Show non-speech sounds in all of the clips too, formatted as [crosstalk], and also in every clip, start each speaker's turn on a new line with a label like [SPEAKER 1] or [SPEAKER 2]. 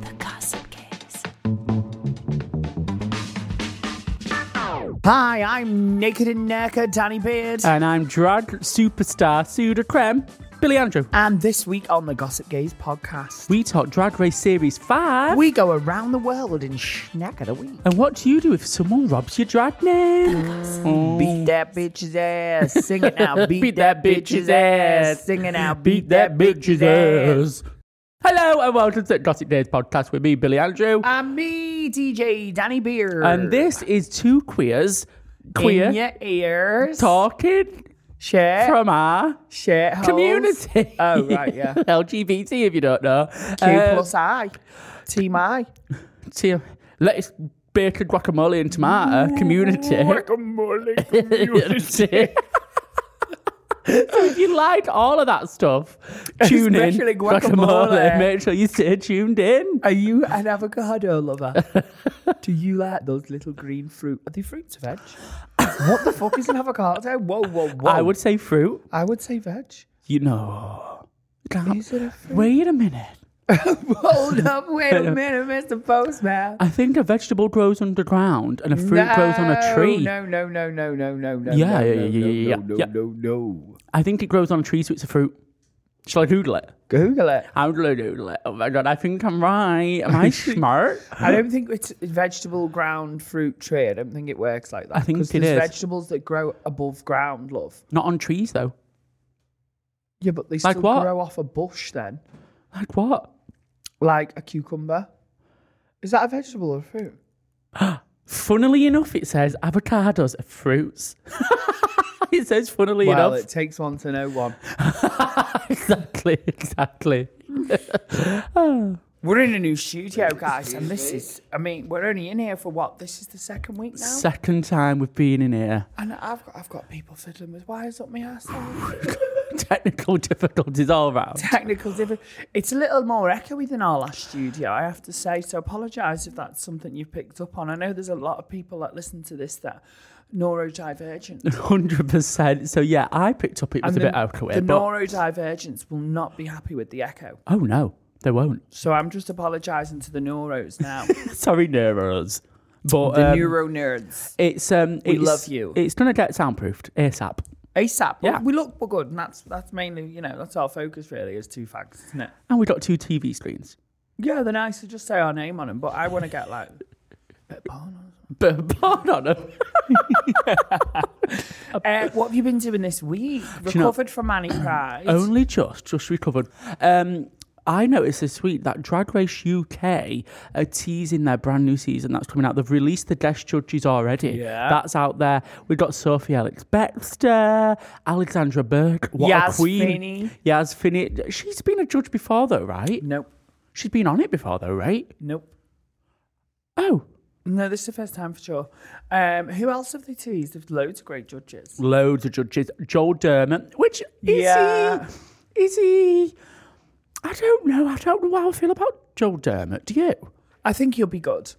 [SPEAKER 1] The Gossip Gaze.
[SPEAKER 2] Hi, I'm Naked and Naked Danny Beard.
[SPEAKER 3] And I'm drag superstar Suda Krem, Billy Andrew.
[SPEAKER 2] and this week on the Gossip Gaze podcast,
[SPEAKER 3] We talk Drag Race Series 5.
[SPEAKER 2] we go around the world in schnack of the week.
[SPEAKER 3] and what do you do if someone robs your drag name? Oh.
[SPEAKER 2] Beat that bitch's ass. Sing it now. Beat,
[SPEAKER 3] [laughs] Beat that bitch's ass.
[SPEAKER 2] Sing it now.
[SPEAKER 3] Beat that bitch's ass. Hello and welcome to the Gossip Days podcast with me, Billy Andrew.
[SPEAKER 2] And me, DJ Danny Beard.
[SPEAKER 3] and this is two queers, queer,
[SPEAKER 2] In your ears.
[SPEAKER 3] talking
[SPEAKER 2] Shit.
[SPEAKER 3] from our
[SPEAKER 2] shit.
[SPEAKER 3] community.
[SPEAKER 2] Oh, right,
[SPEAKER 3] [laughs]
[SPEAKER 2] yeah.
[SPEAKER 3] LGBT, if you don't know.
[SPEAKER 2] Q
[SPEAKER 3] Um,
[SPEAKER 2] plus I. Team
[SPEAKER 3] [laughs]
[SPEAKER 2] I.
[SPEAKER 3] to lettuce, bacon, guacamole, and tomato community. [laughs] community. so if you like all of that stuff, tune in.
[SPEAKER 2] Especially guacamole.
[SPEAKER 3] Make sure you stay tuned in.
[SPEAKER 2] Are you an avocado lover? Do you like those little green fruit? Are they fruits or veg? what the fuck is an avocado? Whoa, whoa, whoa.
[SPEAKER 3] I would say fruit.
[SPEAKER 2] I would say veg.
[SPEAKER 3] You know. Can't-
[SPEAKER 2] Is it a fruit?
[SPEAKER 3] Wait a minute.
[SPEAKER 2] Hold up, wait
[SPEAKER 3] [laughs]
[SPEAKER 2] a minute, Mr. Postman.
[SPEAKER 3] I think a vegetable grows underground and a fruit grows on a
[SPEAKER 2] No,
[SPEAKER 3] tree.
[SPEAKER 2] No, no, no, no, no, no, no.
[SPEAKER 3] Yeah,
[SPEAKER 2] no,
[SPEAKER 3] yeah,
[SPEAKER 2] no, no,
[SPEAKER 3] yeah, yeah, yeah,
[SPEAKER 2] no,
[SPEAKER 3] yeah.
[SPEAKER 2] No, no, no.
[SPEAKER 3] I think it grows on a tree, so it's a fruit. Shall I Google it?
[SPEAKER 2] Google it.
[SPEAKER 3] How do I Google it? Oh my god, I think I'm right.
[SPEAKER 2] [laughs]
[SPEAKER 3] Am I smart?
[SPEAKER 2] I don't think it's vegetable ground fruit tree. I don't think it works like that.
[SPEAKER 3] I think
[SPEAKER 2] 'Cause
[SPEAKER 3] it
[SPEAKER 2] there's
[SPEAKER 3] is.
[SPEAKER 2] vegetables that grow above ground, love.
[SPEAKER 3] Not on trees though.
[SPEAKER 2] Yeah, but they
[SPEAKER 3] Like
[SPEAKER 2] still
[SPEAKER 3] what?
[SPEAKER 2] grow off a bush then.
[SPEAKER 3] Like what?
[SPEAKER 2] Like a cucumber. Is that a vegetable or a fruit?
[SPEAKER 3] Funnily enough, it says avocados are fruits. [laughs] it says funnily
[SPEAKER 2] well, it
[SPEAKER 3] enough.
[SPEAKER 2] takes one to know one.
[SPEAKER 3] exactly, exactly.
[SPEAKER 2] We're in a new studio, guys, and this is, I mean, we're only in here for what? This is the second week now?
[SPEAKER 3] Second time we've been in here. [laughs]
[SPEAKER 2] and I've got, I've got people fiddling with wires up my ass. [laughs]
[SPEAKER 3] Technical difficulties all round.
[SPEAKER 2] Technical difficulty. It's a little more echoey than our last studio, I have to say. So apologise if that's something you've picked up on. I know there's a lot of people that listen to this that are
[SPEAKER 3] [laughs]
[SPEAKER 2] neurodivergent.
[SPEAKER 3] Hundred percent. So yeah, I picked up it was
[SPEAKER 2] And
[SPEAKER 3] a bit
[SPEAKER 2] the-
[SPEAKER 3] out of
[SPEAKER 2] The
[SPEAKER 3] it. But...
[SPEAKER 2] neurodivergents will not be happy with the echo.
[SPEAKER 3] Oh no, they won't. [laughs]
[SPEAKER 2] So I'm just apologising to the neuros [laughs] now.
[SPEAKER 3] Sorry, neuros. But
[SPEAKER 2] the
[SPEAKER 3] um,
[SPEAKER 2] neuro nerds.
[SPEAKER 3] it's um,
[SPEAKER 2] We
[SPEAKER 3] it's-
[SPEAKER 2] love you.
[SPEAKER 3] It's gonna get soundproofed ASAP.
[SPEAKER 2] ASAP.
[SPEAKER 3] yeah.
[SPEAKER 2] Yeah. We look we're good, and that's that's mainly, you know, that's our focus really is two fags, isn't it?
[SPEAKER 3] And we got two TV screens. [laughs]
[SPEAKER 2] Yeah, they're nice to just say our name on them, but I want to get like bit of porn on 'em.
[SPEAKER 3] But pardon them.
[SPEAKER 2] Uh, what have you been doing this week?
[SPEAKER 3] you know-
[SPEAKER 2] Recovered from Annie [clears throat] Pride.
[SPEAKER 3] Only just, just recovered. Um, I noticed this week that Drag Race UK are teasing their brand new season that's coming out. They've released the guest judges already.
[SPEAKER 2] Yeah.
[SPEAKER 3] That's out there. We've got Sophie Alex Baxter, Alexandra Burke, what
[SPEAKER 2] Yas
[SPEAKER 3] a queen.
[SPEAKER 2] Finney.
[SPEAKER 3] Yas Finney. She's been a judge before though, right?
[SPEAKER 2] Nope.
[SPEAKER 3] She's been on it before though, right?
[SPEAKER 2] Nope.
[SPEAKER 3] Oh.
[SPEAKER 2] No, this is the first time for sure. Um, who else have they teased? There's loads of great judges.
[SPEAKER 3] Loads of judges. Joel Dermot, which is
[SPEAKER 2] Yeah.
[SPEAKER 3] he is he I don't know. I don't know how I feel about Joel Dermot. Do you?
[SPEAKER 2] I think you'll be good.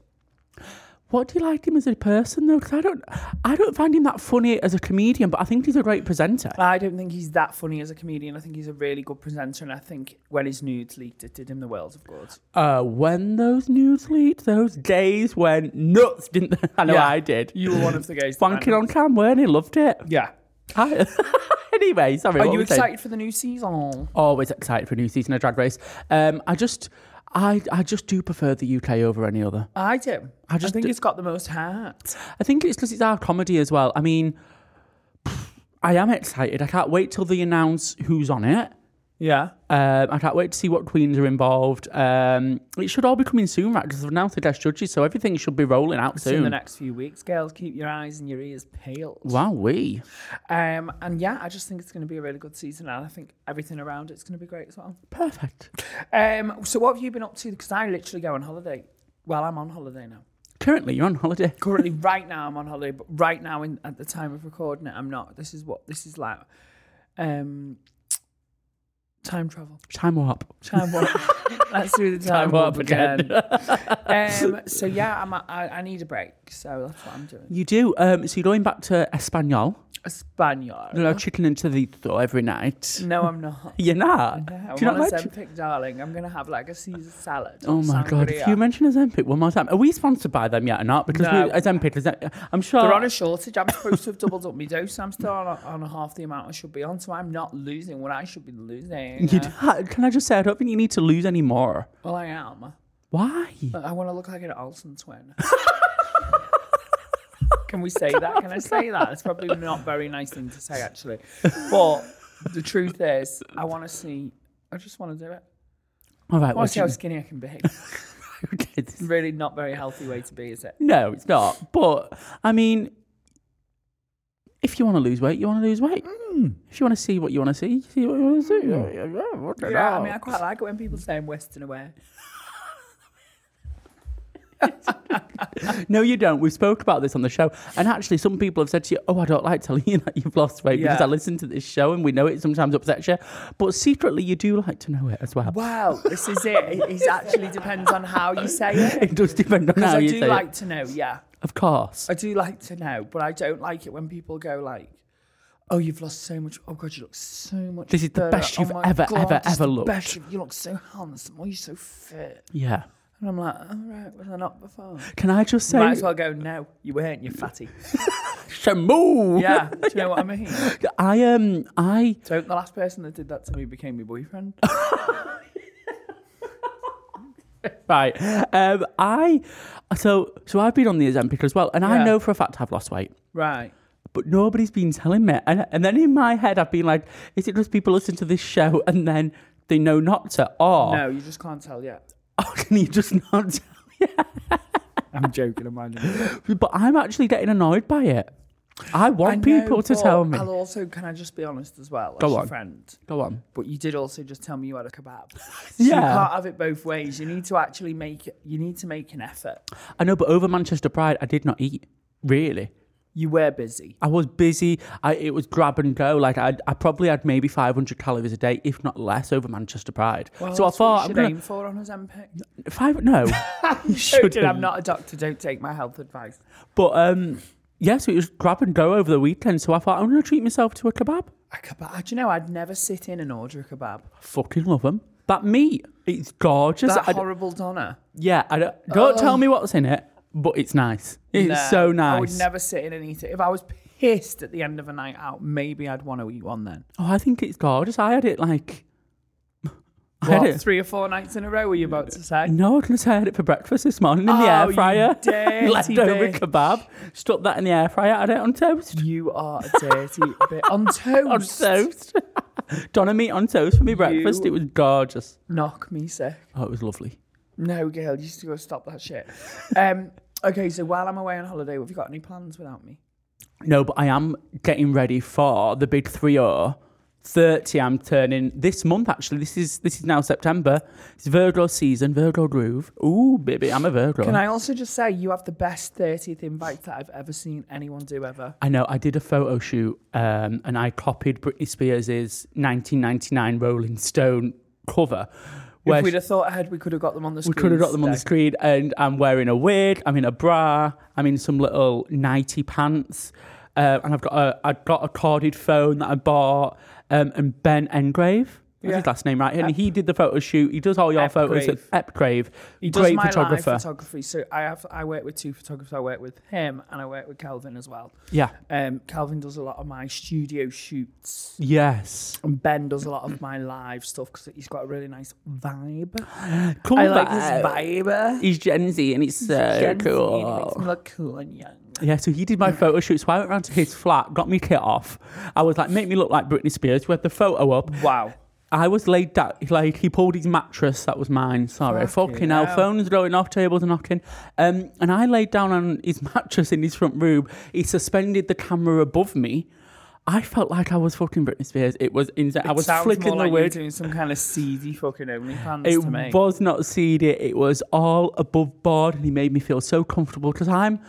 [SPEAKER 3] What do you like him as a person though? Because I don't, I don't find him that funny as a comedian, but I think he's a great presenter.
[SPEAKER 2] I don't think he's that funny as a comedian. I think he's a really good presenter, and I think when his nudes leaked, it did him the world of good.
[SPEAKER 3] Uh, when those news leaked, those days went nuts, didn't they? I know
[SPEAKER 2] Yeah.
[SPEAKER 3] I did.
[SPEAKER 2] You were one of the guys. that
[SPEAKER 3] Wanking
[SPEAKER 2] went-
[SPEAKER 3] on cam, weren't he? Loved it.
[SPEAKER 2] Yeah.
[SPEAKER 3] I, [laughs] anyway, sorry.
[SPEAKER 2] Are
[SPEAKER 3] what
[SPEAKER 2] you
[SPEAKER 3] was I saying?
[SPEAKER 2] excited for the new season?
[SPEAKER 3] Always excited for a new season of Drag Race. Um, I just, I, I just do prefer the UK over any other.
[SPEAKER 2] I do. I
[SPEAKER 3] just
[SPEAKER 2] just think
[SPEAKER 3] d-
[SPEAKER 2] it's got the most heart.
[SPEAKER 3] I think it's because it's our comedy as well. I mean, pff, I am excited. I can't wait till they announce who's on it.
[SPEAKER 2] Yeah.
[SPEAKER 3] Um, I can't wait to see what queens are involved. Um, it should all be coming soon, right? Because they've announced the guest judges, so everything should be rolling out
[SPEAKER 2] In the
[SPEAKER 3] soon.
[SPEAKER 2] next few weeks, girls, keep your eyes and your ears peeled.
[SPEAKER 3] Wow, we.
[SPEAKER 2] Um, and yeah, I just think it's going to be a really good season, and I think everything around it's going to be great as well.
[SPEAKER 3] Perfect.
[SPEAKER 2] Um, so what have you been up to? Because I literally go on holiday. Well, I'm on holiday now.
[SPEAKER 3] Currently, you're on holiday.
[SPEAKER 2] Currently, right now, I'm on holiday. But right now, in, at the time of recording it, I'm not. This is what this is like. Um, time travel.
[SPEAKER 3] [laughs] Time warp. [laughs]
[SPEAKER 2] Time warp. Let's do the time, warp again. um, so yeah, I'm, I, I need a break. So that's what I'm doing.
[SPEAKER 3] You do. Um, so you're going back to Espanol.
[SPEAKER 2] Espanol.
[SPEAKER 3] You'll have chicken and chorizo every night.
[SPEAKER 2] No, I'm
[SPEAKER 3] [laughs]
[SPEAKER 2] not. Uh,
[SPEAKER 3] You're not.
[SPEAKER 2] Mm. Yeah,
[SPEAKER 3] do you
[SPEAKER 2] I'm
[SPEAKER 3] not
[SPEAKER 2] on
[SPEAKER 3] like?
[SPEAKER 2] a
[SPEAKER 3] chi-
[SPEAKER 2] Zempic, darling. I'm gonna have like a Caesar salad.
[SPEAKER 3] Oh
[SPEAKER 2] and
[SPEAKER 3] my god! If you
[SPEAKER 2] sangria.
[SPEAKER 3] mention Ozempic one more time, are we sponsored by them yet or not? Because
[SPEAKER 2] No.
[SPEAKER 3] we, Ozempic, is that, I'm sure.
[SPEAKER 2] They're on a shortage. I'm supposed to have doubled up my dose. I'm still on, on half the amount I should be on, so I'm not losing what I should be losing.
[SPEAKER 3] [laughs] You do- can I just say I don't think you need to lose any more.
[SPEAKER 2] well, I am.
[SPEAKER 3] Why?
[SPEAKER 2] But I want to look like an Olsen twin.
[SPEAKER 3] [laughs]
[SPEAKER 2] Can we say that? Can I say that? It's probably not a very nice thing to say, actually. But the truth is, I want to see. I just want to do it.
[SPEAKER 3] All right.
[SPEAKER 2] I want to
[SPEAKER 3] What's
[SPEAKER 2] see
[SPEAKER 3] [laughs]
[SPEAKER 2] how skinny I can be. really, not very healthy way to be, is it?
[SPEAKER 3] no, it's not. But I mean, if you want to lose weight, you want to lose weight. If you want to see what you want to see, you see what you want to see. Hmm. Yeah, yeah, what the
[SPEAKER 2] Yeah, I
[SPEAKER 3] hell?
[SPEAKER 2] mean, I quite like it when people say I'm Western aware.
[SPEAKER 3] No, you don't. We've spoke about this on the show, and actually, some people have said to you, "Oh, I don't like telling you [laughs] that you've lost weight because
[SPEAKER 2] Yeah.
[SPEAKER 3] I listen to this show, and we know it sometimes upsets you, but secretly, you do like to know it as well.
[SPEAKER 2] Wow, this is it. It it actually depends on how you say it.
[SPEAKER 3] It does depend on
[SPEAKER 2] Because
[SPEAKER 3] [laughs] how
[SPEAKER 2] I
[SPEAKER 3] you
[SPEAKER 2] do
[SPEAKER 3] say
[SPEAKER 2] like
[SPEAKER 3] it.
[SPEAKER 2] to know, yeah.
[SPEAKER 3] Of course.
[SPEAKER 2] I do like to know, but I don't like it when people go like, "Oh, you've lost so much. Oh God, you look so much.
[SPEAKER 3] This is the
[SPEAKER 2] better.
[SPEAKER 3] best
[SPEAKER 2] Oh
[SPEAKER 3] you've
[SPEAKER 2] my
[SPEAKER 3] ever,
[SPEAKER 2] God,
[SPEAKER 3] ever,
[SPEAKER 2] this is
[SPEAKER 3] ever
[SPEAKER 2] the
[SPEAKER 3] looked."
[SPEAKER 2] Best. you- You look so handsome. Oh, you're so fit."
[SPEAKER 3] Yeah.
[SPEAKER 2] And I'm like, "All right, was I not before?"
[SPEAKER 3] Can I just say,
[SPEAKER 2] Might as well go. No, you weren't. You're fatty.
[SPEAKER 3] Shamu? [laughs]
[SPEAKER 2] Yeah, do you know what I mean?
[SPEAKER 3] I um, I
[SPEAKER 2] Don't the last person that did that to me became my boyfriend.
[SPEAKER 3] right. Um, I so so I've been on the Ozempic as well, and I
[SPEAKER 2] Yeah.
[SPEAKER 3] know for a fact I've lost weight.
[SPEAKER 2] Right.
[SPEAKER 3] but nobody's been telling me. And, and then in my head, I've been like, is it just people listen to this show and then they know not to? Or [laughs]
[SPEAKER 2] No, you just can't tell yet.
[SPEAKER 3] oh, can you just not tell?
[SPEAKER 2] I'm joking. I'm
[SPEAKER 3] [laughs]
[SPEAKER 2] minding. you.
[SPEAKER 3] But I'm actually getting annoyed by it. I
[SPEAKER 2] I
[SPEAKER 3] want
[SPEAKER 2] know,
[SPEAKER 3] people to
[SPEAKER 2] but
[SPEAKER 3] tell me.
[SPEAKER 2] I'll also, can I just be honest as well?
[SPEAKER 3] Go
[SPEAKER 2] as
[SPEAKER 3] on.
[SPEAKER 2] Your friend.
[SPEAKER 3] Go on.
[SPEAKER 2] but you did also just tell me you had a kebab.
[SPEAKER 3] [laughs]
[SPEAKER 2] So
[SPEAKER 3] Yeah.
[SPEAKER 2] You can't have it both ways. You need to actually make it, you need to make an effort.
[SPEAKER 3] I know, but over Manchester Pride, I did not eat, really.
[SPEAKER 2] You were busy.
[SPEAKER 3] I was busy. I, it was grab and go. Like I, I probably had maybe 500 calories a day, if not less, over Manchester Pride. so I
[SPEAKER 2] that's what you
[SPEAKER 3] thought I'm
[SPEAKER 2] should
[SPEAKER 3] gonna
[SPEAKER 2] aim for on his MP.
[SPEAKER 3] [laughs] five.
[SPEAKER 2] [laughs]
[SPEAKER 3] No, you
[SPEAKER 2] Should
[SPEAKER 3] shouldn't.
[SPEAKER 2] I'm not a doctor. Don't take my health advice.
[SPEAKER 3] But um, yeah, so it was grab and go over the weekend. So I thought I'm going to treat myself to a kebab.
[SPEAKER 2] A kebab. Do you know? I'd never sit in and order a kebab.
[SPEAKER 3] Fucking love them. That meat, it's gorgeous.
[SPEAKER 2] That
[SPEAKER 3] I d-
[SPEAKER 2] horrible Donna.
[SPEAKER 3] yeah, I don't, don't tell me what's in it, but it's nice. It's
[SPEAKER 2] No,
[SPEAKER 3] so nice.
[SPEAKER 2] I would never sit in and eat it. If I was pissed at the end of a night out, maybe I'd want to eat one then.
[SPEAKER 3] Oh, I think it's gorgeous. I had it like. [laughs] I had
[SPEAKER 2] What,
[SPEAKER 3] it.
[SPEAKER 2] three or four nights in a row were you about to say?
[SPEAKER 3] [laughs] No, I was going to say I had it for breakfast this morning in the
[SPEAKER 2] Oh,
[SPEAKER 3] air
[SPEAKER 2] you
[SPEAKER 3] fryer. [laughs]
[SPEAKER 2] dirty
[SPEAKER 3] Leftover
[SPEAKER 2] bitch.
[SPEAKER 3] kebab. Stuck that in the air fryer. I had it on toast.
[SPEAKER 2] You are a dirty bit.
[SPEAKER 3] [laughs]
[SPEAKER 2] On toast.
[SPEAKER 3] On toast. [laughs] Donna meat on toast for me breakfast.
[SPEAKER 2] You-
[SPEAKER 3] It was gorgeous.
[SPEAKER 2] Knock me sick.
[SPEAKER 3] Oh, it was lovely.
[SPEAKER 2] No, girl, you used to go stop that shit. Um, okay, so while I'm away on holiday, have you got any plans without me?
[SPEAKER 3] No, but I am getting ready for the big three o. 30 I'm turning this month actually. This is this is now September. It's Virgo season, Virgo groove. Ooh, baby, I'm a Virgo.
[SPEAKER 2] Can I also just say you have the best 30th invite that I've ever seen anyone do ever?
[SPEAKER 3] I know I did a photo shoot um, and I copied Britney Spears' 1999 Rolling Stone cover where
[SPEAKER 2] if we'd
[SPEAKER 3] she-
[SPEAKER 2] have thought ahead, we could have got them on the
[SPEAKER 3] we
[SPEAKER 2] screen.
[SPEAKER 3] could have got them on the
[SPEAKER 2] today.
[SPEAKER 3] screen, and I'm wearing a wig. I'm in a bra. I'm in some little nighty pants, uh, and I've got a I've got a corded phone that I bought. Um, and Ben Engrave, that's
[SPEAKER 2] Yeah.
[SPEAKER 3] his last name, right? And he did the photo shoot. He does all your photos at Epgrave.
[SPEAKER 2] He does
[SPEAKER 3] Great
[SPEAKER 2] my
[SPEAKER 3] photographer.
[SPEAKER 2] Live photography. So I have I work with two photographers. I work with him and I work with Calvin as well.
[SPEAKER 3] yeah.
[SPEAKER 2] Um, Calvin does a lot of my studio shoots.
[SPEAKER 3] Yes.
[SPEAKER 2] And Ben does a lot of my live stuff because he's got a really nice vibe.
[SPEAKER 3] Cool.
[SPEAKER 2] I like his
[SPEAKER 3] vibe.
[SPEAKER 2] vibe.
[SPEAKER 3] He's Gen Z, and it's so
[SPEAKER 2] Gen Z, and it makes me
[SPEAKER 3] cool.
[SPEAKER 2] look cool and young.
[SPEAKER 3] Yeah, so he did my photo shoot. So I went round to his flat, got me kit off. I was like, make me look like Britney Spears. We had the photo up.
[SPEAKER 2] Wow.
[SPEAKER 3] I was laid down. Like he pulled his mattress. That was mine. Sorry,
[SPEAKER 2] Fucking
[SPEAKER 3] fucking, hell.
[SPEAKER 2] hell.
[SPEAKER 3] Phones going off, tables knocking. Um, and I laid down on his [laughs] mattress in his front room. He suspended the camera above me. I felt like I was fucking Britney Spears. It was insane. I
[SPEAKER 2] It
[SPEAKER 3] was
[SPEAKER 2] sounds
[SPEAKER 3] flicking
[SPEAKER 2] more
[SPEAKER 3] the
[SPEAKER 2] like
[SPEAKER 3] wig.
[SPEAKER 2] you doing some kind of seedy fucking OnlyFans to me.
[SPEAKER 3] It was not seedy. It was all above board, and he made me feel so comfortable because I'm.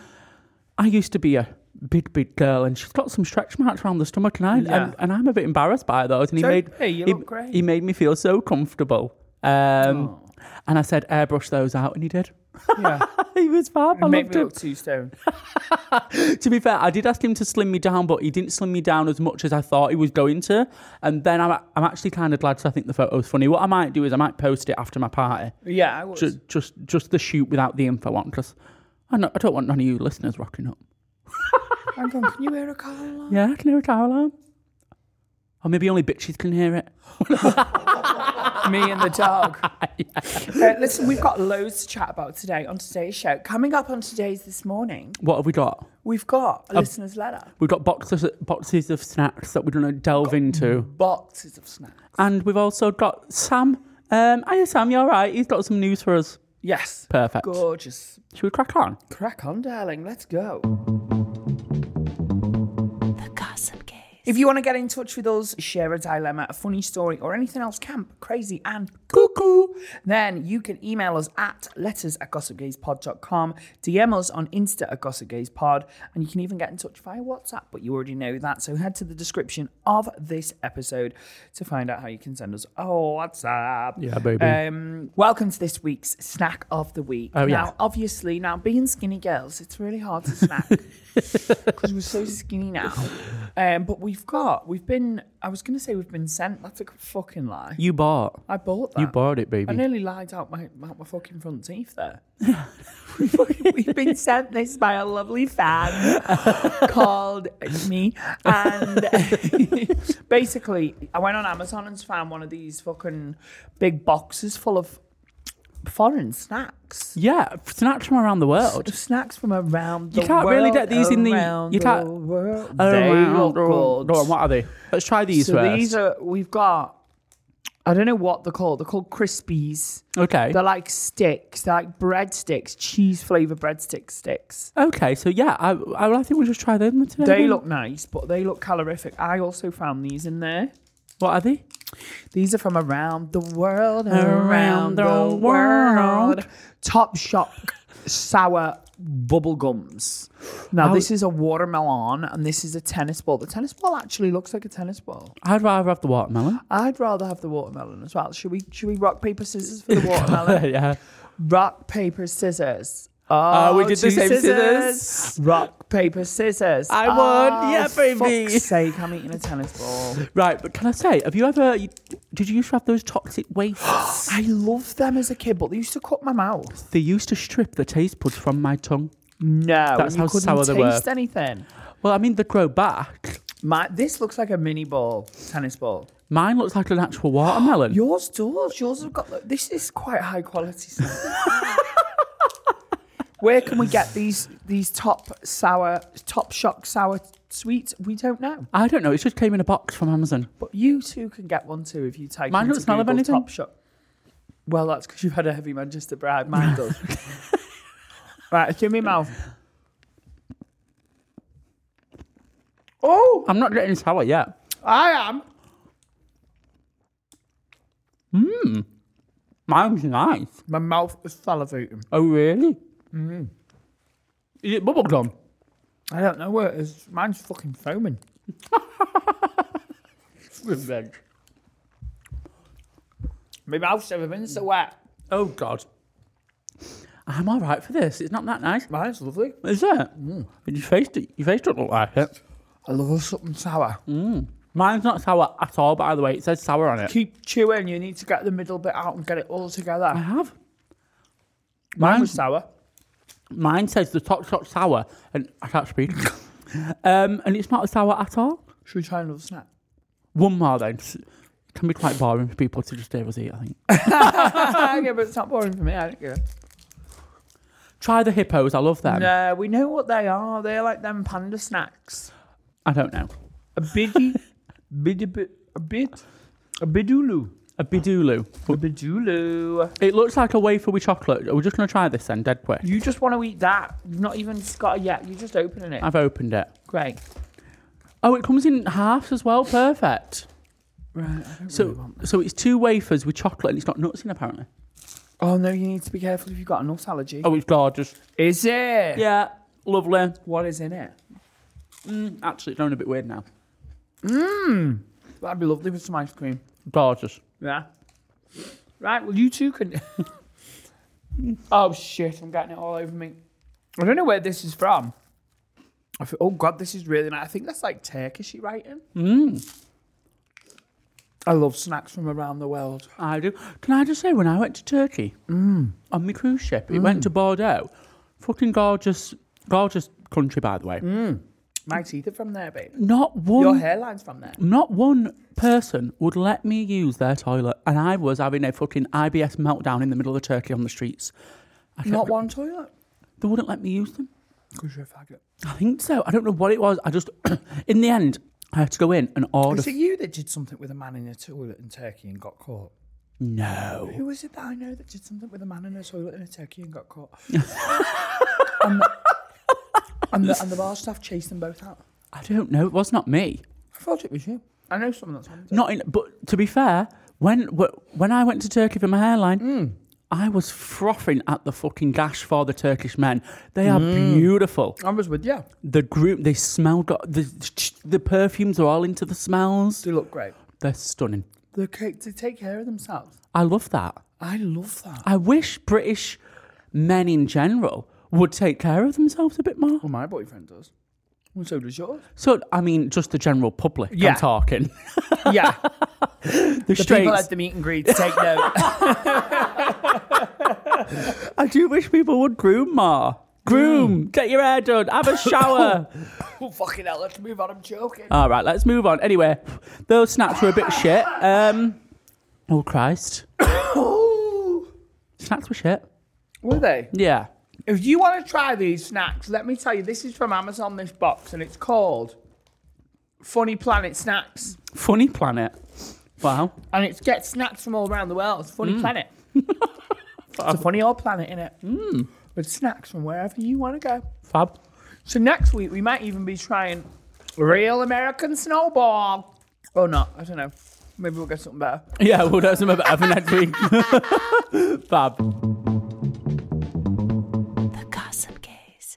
[SPEAKER 3] I used to be a big, big girl, and she's got some stretch marks around the stomach, and I
[SPEAKER 2] Yeah.
[SPEAKER 3] and, and I'm a bit embarrassed by those. And he
[SPEAKER 2] Don't
[SPEAKER 3] made
[SPEAKER 2] be, you
[SPEAKER 3] he,
[SPEAKER 2] look great.
[SPEAKER 3] he made me feel so comfortable. Um, and I said, airbrush those out, and he did. [laughs]
[SPEAKER 2] yeah.
[SPEAKER 3] He was fab. I
[SPEAKER 2] It made
[SPEAKER 3] loved
[SPEAKER 2] me
[SPEAKER 3] him.
[SPEAKER 2] look too stone.
[SPEAKER 3] To be fair, I did ask him to slim me down, but he didn't slim me down as much as I thought he was going to. And then I'm, I'm actually kind of glad 'cause I think the photo's funny. What I might do is I might post it after my party.
[SPEAKER 2] Yeah, I was.
[SPEAKER 3] just just just the shoot without the info on because I, don't- I don't want none of you listeners rocking up.
[SPEAKER 2] Hang on, can you wear a collar?
[SPEAKER 3] Yeah, I can hear a car alarm. Or maybe only bitches can hear it.
[SPEAKER 2] Me and the
[SPEAKER 3] [laughs]
[SPEAKER 2] dog. Uh, listen, we've got loads to chat about today on today's show. Coming up on today's this morning,
[SPEAKER 3] What have we got?
[SPEAKER 2] we've got a listener's letter.
[SPEAKER 3] We've got boxes boxes of snacks that we're going to delve into,
[SPEAKER 2] Boxes of snacks.
[SPEAKER 3] and we've also got Sam. Um, hiya Sam, you all right? He's got some news for us.
[SPEAKER 2] Yes.
[SPEAKER 3] Perfect.
[SPEAKER 2] Gorgeous.
[SPEAKER 3] Should we crack on?
[SPEAKER 2] Crack on, darling. Let's go.
[SPEAKER 1] The Gossip Gaze.
[SPEAKER 2] If you want to get in touch with us, share a dilemma, a funny story, or anything else camp, crazy, and cuckoo, then you can email us at letters at gossipgazepod.com, DM us on Insta at gossipgazepod, and you can even get in touch via WhatsApp, but you already know that. So head to the description of this episode to find out how you can send us a WhatsApp.
[SPEAKER 3] Yeah, baby.
[SPEAKER 2] Um, welcome to this week's snack of the week.
[SPEAKER 3] Oh, yeah.
[SPEAKER 2] Now, obviously, now being skinny girls, it's really hard to
[SPEAKER 3] [laughs]
[SPEAKER 2] snack because we're so skinny now. Um, but we've got, we've been, I was going to say we've been sent. That's a fucking lie.
[SPEAKER 3] You bought.
[SPEAKER 2] I bought that.
[SPEAKER 3] You bought it,
[SPEAKER 2] I
[SPEAKER 3] baby.
[SPEAKER 2] nearly lied out my out my fucking front teeth
[SPEAKER 3] [laughs]
[SPEAKER 2] there. We've been sent this by a lovely fan [laughs] called me, and [laughs] basically, I went on Amazon and found one of these fucking big boxes full of foreign snacks.
[SPEAKER 3] Yeah, snacks from around the world.
[SPEAKER 2] Snacks from around the
[SPEAKER 3] You can't really get these in the-
[SPEAKER 2] around
[SPEAKER 3] you can't-
[SPEAKER 2] the world. They
[SPEAKER 3] Around
[SPEAKER 2] look
[SPEAKER 3] the world.
[SPEAKER 2] good.
[SPEAKER 3] Go on, What are they? Let's try these
[SPEAKER 2] So
[SPEAKER 3] first.
[SPEAKER 2] these are we've got. I don't know what they're called. They're called crispies.
[SPEAKER 3] okay.
[SPEAKER 2] They're like sticks. They're like breadsticks, cheese flavour breadstick sticks.
[SPEAKER 3] Okay, so yeah, I, I, I think we'll just try them today.
[SPEAKER 2] They
[SPEAKER 3] then.
[SPEAKER 2] look nice, but they look calorific. I also found these in there.
[SPEAKER 3] What are they?
[SPEAKER 2] These are from around the world,
[SPEAKER 3] Around
[SPEAKER 2] around,
[SPEAKER 3] the
[SPEAKER 2] the
[SPEAKER 3] world.
[SPEAKER 2] world. Top Shock sour bubble gums. Now
[SPEAKER 3] How-
[SPEAKER 2] this is a watermelon, and this is a tennis ball. The tennis ball actually looks like a tennis ball.
[SPEAKER 3] I'd rather have the watermelon.
[SPEAKER 2] I'd rather have the watermelon as well. Should we? Should we rock paper scissors for
[SPEAKER 3] [laughs]
[SPEAKER 2] the watermelon?
[SPEAKER 3] yeah.
[SPEAKER 2] Rock, paper, scissors.
[SPEAKER 3] Oh, we did the
[SPEAKER 2] two
[SPEAKER 3] same scissors.
[SPEAKER 2] Rock, paper, scissors. Ah,
[SPEAKER 3] I won. Yeah, baby.
[SPEAKER 2] fuck's sake, I'm eating a tennis ball.
[SPEAKER 3] Right, but can I say, have you ever? you- Did you used to have those toxic [gasps] wastes?
[SPEAKER 2] I loved them as a kid, but they used to cut my mouth.
[SPEAKER 3] they used to strip the taste buds from my tongue.
[SPEAKER 2] No, and
[SPEAKER 3] That's
[SPEAKER 2] you
[SPEAKER 3] how
[SPEAKER 2] couldn't
[SPEAKER 3] sour
[SPEAKER 2] taste
[SPEAKER 3] they were.
[SPEAKER 2] anything.
[SPEAKER 3] Well, I mean, they grow back.
[SPEAKER 2] My, this looks like a mini ball, tennis ball.
[SPEAKER 3] Mine looks like an actual watermelon.
[SPEAKER 2] Yours does. Yours have got. Look, this is quite high quality
[SPEAKER 3] [laughs]
[SPEAKER 2] stuff. Where can we get these these top sour, top shock sour sweets? We don't know.
[SPEAKER 3] I don't know. It just came in a box from Amazon.
[SPEAKER 2] But you too can get one too if you type
[SPEAKER 3] Mine
[SPEAKER 2] into
[SPEAKER 3] don't smell of
[SPEAKER 2] Google
[SPEAKER 3] anything.
[SPEAKER 2] Top Shop. Well, that's because you've had a heavy Manchester bribe. Mine does. right, it's in my mouth. Oh,
[SPEAKER 3] I'm not getting sour yet.
[SPEAKER 2] I am.
[SPEAKER 3] Mine's nice.
[SPEAKER 2] My mouth is salivating.
[SPEAKER 3] Oh really? Mm. Is it bubble gum?
[SPEAKER 2] I don't know where it is. Mine's fucking foaming.
[SPEAKER 3] Revenge.
[SPEAKER 2] [laughs] My mouth's never been so wet.
[SPEAKER 3] Oh God. I'm all right for this. It's not that nice,
[SPEAKER 2] Mine's lovely.
[SPEAKER 3] is it? But your face, d- your face doesn't look like it.
[SPEAKER 2] I love something sour.
[SPEAKER 3] Mine's not sour at all. By the way, it says sour on it.
[SPEAKER 2] Keep chewing. You need to get the middle bit out and get it all
[SPEAKER 3] I
[SPEAKER 2] together.
[SPEAKER 3] have.
[SPEAKER 2] Mm. Mine
[SPEAKER 3] Mine,
[SPEAKER 2] was sour.
[SPEAKER 3] mine says the top shot sour, and I
[SPEAKER 2] [laughs]
[SPEAKER 3] can't speak. um, and it's not sour at all.
[SPEAKER 2] Should we try another snack?
[SPEAKER 3] One more then. S- Can be quite boring for people to just hear us eat. I think.
[SPEAKER 2] [laughs] yeah, but it's not boring for me. I don't care.
[SPEAKER 3] Try the hippos. I love them.
[SPEAKER 2] no, we know what they are. They're like them panda snacks.
[SPEAKER 3] I don't know.
[SPEAKER 2] A biddy, biddy, bi- a bit, a bidulu,
[SPEAKER 3] A bidulu.
[SPEAKER 2] a bidulu.
[SPEAKER 3] It looks like a wafer with chocolate. We're just gonna try this then, dead quick.
[SPEAKER 2] You just want to eat that. You've not even got it yet. You're just opening it.
[SPEAKER 3] I've opened it.
[SPEAKER 2] Great.
[SPEAKER 3] Oh, it comes in halves as well. Perfect.
[SPEAKER 2] Right.
[SPEAKER 3] So, so it's two wafers with chocolate, and it's got nuts in apparently.
[SPEAKER 2] Oh no, you need to be careful if you've got a nut allergy.
[SPEAKER 3] Oh, it's gorgeous.
[SPEAKER 2] Is it?
[SPEAKER 3] Yeah, lovely.
[SPEAKER 2] What is in it?
[SPEAKER 3] Mm, actually, it's going a bit weird now.
[SPEAKER 2] That'd be lovely with some ice cream.
[SPEAKER 3] Gorgeous.
[SPEAKER 2] Yeah. Right, well, you two can. [laughs] oh, shit, I'm getting it all over me. I don't know where this is from. I feel, oh, God, this is really nice. I think that's like Turkishy writing.
[SPEAKER 3] Hmm.
[SPEAKER 2] I love snacks from around the world.
[SPEAKER 3] I do. Can I just say, when I went to Turkey
[SPEAKER 2] Mm.
[SPEAKER 3] on my cruise ship, it went to Bordeaux. Fucking gorgeous, gorgeous country, by the way.
[SPEAKER 2] My teeth are from there, babe.
[SPEAKER 3] Not
[SPEAKER 2] Mm. Your
[SPEAKER 3] one,
[SPEAKER 2] hairline's from
[SPEAKER 3] [laughs]
[SPEAKER 2] there.
[SPEAKER 3] not one person would let me use their toilet, and I was having a fucking IBS meltdown in the middle of Turkey on the streets. I kept-
[SPEAKER 2] Not one toilet.
[SPEAKER 3] They wouldn't let me use them.
[SPEAKER 2] Because you're a faggot.
[SPEAKER 3] I think so. I don't know what it was. I just, [clears throat] in the end, I had to go in and order.
[SPEAKER 2] Is it you that did something with a man in a toilet in Turkey and got caught?
[SPEAKER 3] no.
[SPEAKER 2] Who is it that I know that did something with a man in a toilet in a turkey and got [laughs] caught? and, the, and, the, and the bar staff chased them both out.
[SPEAKER 3] I don't know. It was not me.
[SPEAKER 2] I thought it was you. I know someone that's happened.
[SPEAKER 3] Not in. But to be fair, when wh- when I went to Turkey for my hairline,
[SPEAKER 2] Mm.
[SPEAKER 3] I was frothing at the fucking gash for the Turkish men. They are
[SPEAKER 2] Mm.
[SPEAKER 3] beautiful.
[SPEAKER 2] I was with you.
[SPEAKER 3] The group, they smell. Got the the perfumes are all into the smells.
[SPEAKER 2] They look great.
[SPEAKER 3] They're stunning.
[SPEAKER 2] They take, they take care of themselves.
[SPEAKER 3] I love that.
[SPEAKER 2] I love that.
[SPEAKER 3] I wish British men in general would take care of themselves a bit more.
[SPEAKER 2] Well, my boyfriend does. And so does yours.
[SPEAKER 3] So I mean, just the general public.
[SPEAKER 2] Yeah.
[SPEAKER 3] I'm talking.
[SPEAKER 2] [laughs] Yeah.
[SPEAKER 3] [laughs] the
[SPEAKER 2] the
[SPEAKER 3] straights.
[SPEAKER 2] people at the meet and greet [laughs] take note.
[SPEAKER 3] I do wish people would groom more.
[SPEAKER 2] Mm.
[SPEAKER 3] Groom, get your hair done, have
[SPEAKER 2] [laughs]
[SPEAKER 3] a shower.
[SPEAKER 2] oh, fucking hell, let's move on. I'm joking.
[SPEAKER 3] All right, let's move on. Anyway, those snacks were a bit shit. Um, oh Christ,
[SPEAKER 2] Oh,
[SPEAKER 3] snacks were shit.
[SPEAKER 2] were they?
[SPEAKER 3] Yeah,
[SPEAKER 2] If you want to try these snacks, let me tell you, this is from Amazon, this box, and it's called Funny Planet Snacks.
[SPEAKER 3] funny planet. Wow,
[SPEAKER 2] And it's gets snacks from all around the world. It's Funny [laughs] Planet. it's a funny old planet, innit? Mm. With snacks from wherever you want to go.
[SPEAKER 3] fab.
[SPEAKER 2] So next week, we might even be trying Real American Snowball. Or not, I don't know. Maybe we'll get something better.
[SPEAKER 3] Yeah, we'll do some of it for next week. [laughs] fab.
[SPEAKER 1] The Gossip Gaze.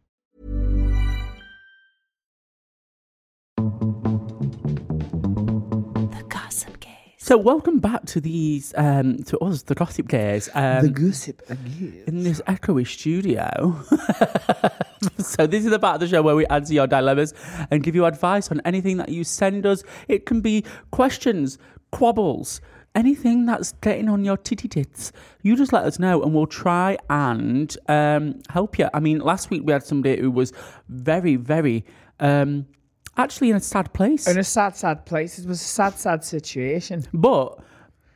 [SPEAKER 4] The Gossip Gaze.
[SPEAKER 3] So welcome back to these um, to us, the Gossip Gays. Um,
[SPEAKER 2] gossip again.
[SPEAKER 3] in this echoey studio. [laughs] so this is the part of the show where we answer your dilemmas and give you advice on anything that you send us. It can be questions, quabbles, anything that's getting on your titty tits. You just let us know and we'll try and um, help you. I mean, last week we had somebody who was very, very um, actually in a sad place.
[SPEAKER 2] In a sad, sad place. It was a sad, sad situation.
[SPEAKER 3] but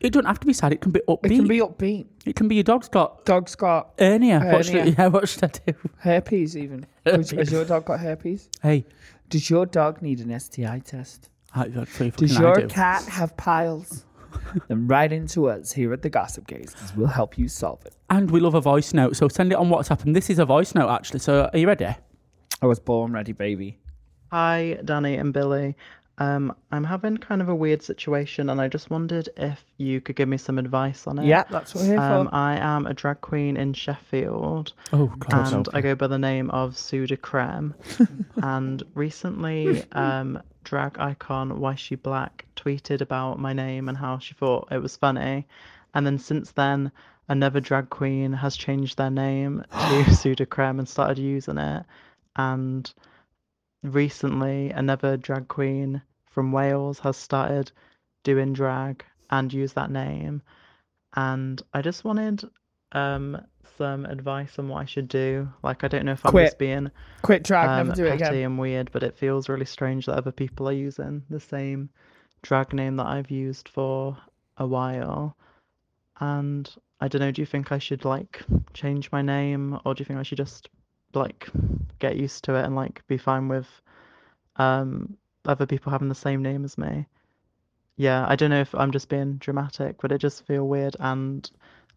[SPEAKER 3] it don't have to be sad. It can be upbeat.
[SPEAKER 2] It can be upbeat.
[SPEAKER 3] It can be your dog's got
[SPEAKER 2] Dog's got
[SPEAKER 3] hernia. What should,
[SPEAKER 2] Hernia.
[SPEAKER 3] yeah, what should I do?
[SPEAKER 2] herpes, [laughs] even. Has has your dog got herpes?
[SPEAKER 3] Hey,
[SPEAKER 2] Does your dog need an STI test?
[SPEAKER 3] I, that's pretty fucking
[SPEAKER 2] Does your
[SPEAKER 3] I do.
[SPEAKER 2] cat have piles? then write into us here at the Gossip Gaze 'cause we'll help you solve it.
[SPEAKER 3] And we love a voice note, so send it on WhatsApp. And this is a voice note, actually. So are you ready?
[SPEAKER 2] I was born ready, baby.
[SPEAKER 5] Hi, Danny and Billy. Um, I'm having kind of a weird situation, and I just wondered if you could give me some advice on it.
[SPEAKER 2] Yeah, that's what we're here
[SPEAKER 5] Um,
[SPEAKER 2] for.
[SPEAKER 5] I am a drag queen in Sheffield,
[SPEAKER 3] Oh, God.
[SPEAKER 5] and I go by the name of Sue de
[SPEAKER 2] [laughs]
[SPEAKER 5] Creme. and recently, um, drag icon Why She Black tweeted about my name and how she thought it was funny. And then since then, another drag queen has changed their name
[SPEAKER 2] [gasps]
[SPEAKER 5] to Sue de Creme and started using it. And recently, another drag queen from Wales has started doing drag and use that name. And I just wanted um some advice on what I should do. Like I don't know if I'm
[SPEAKER 2] Quit.
[SPEAKER 5] just being
[SPEAKER 2] Quit drag,
[SPEAKER 5] um,
[SPEAKER 2] never do it
[SPEAKER 5] petty
[SPEAKER 2] again.
[SPEAKER 5] and weird, but it feels really strange that other people are using the same drag name that I've used for a while. And I don't know, do you think I should like change my name or do you think I should just like get used to it and like be fine with um other people having the same name as me? Yeah, I don't know if I'm just being dramatic, but it just feel weird and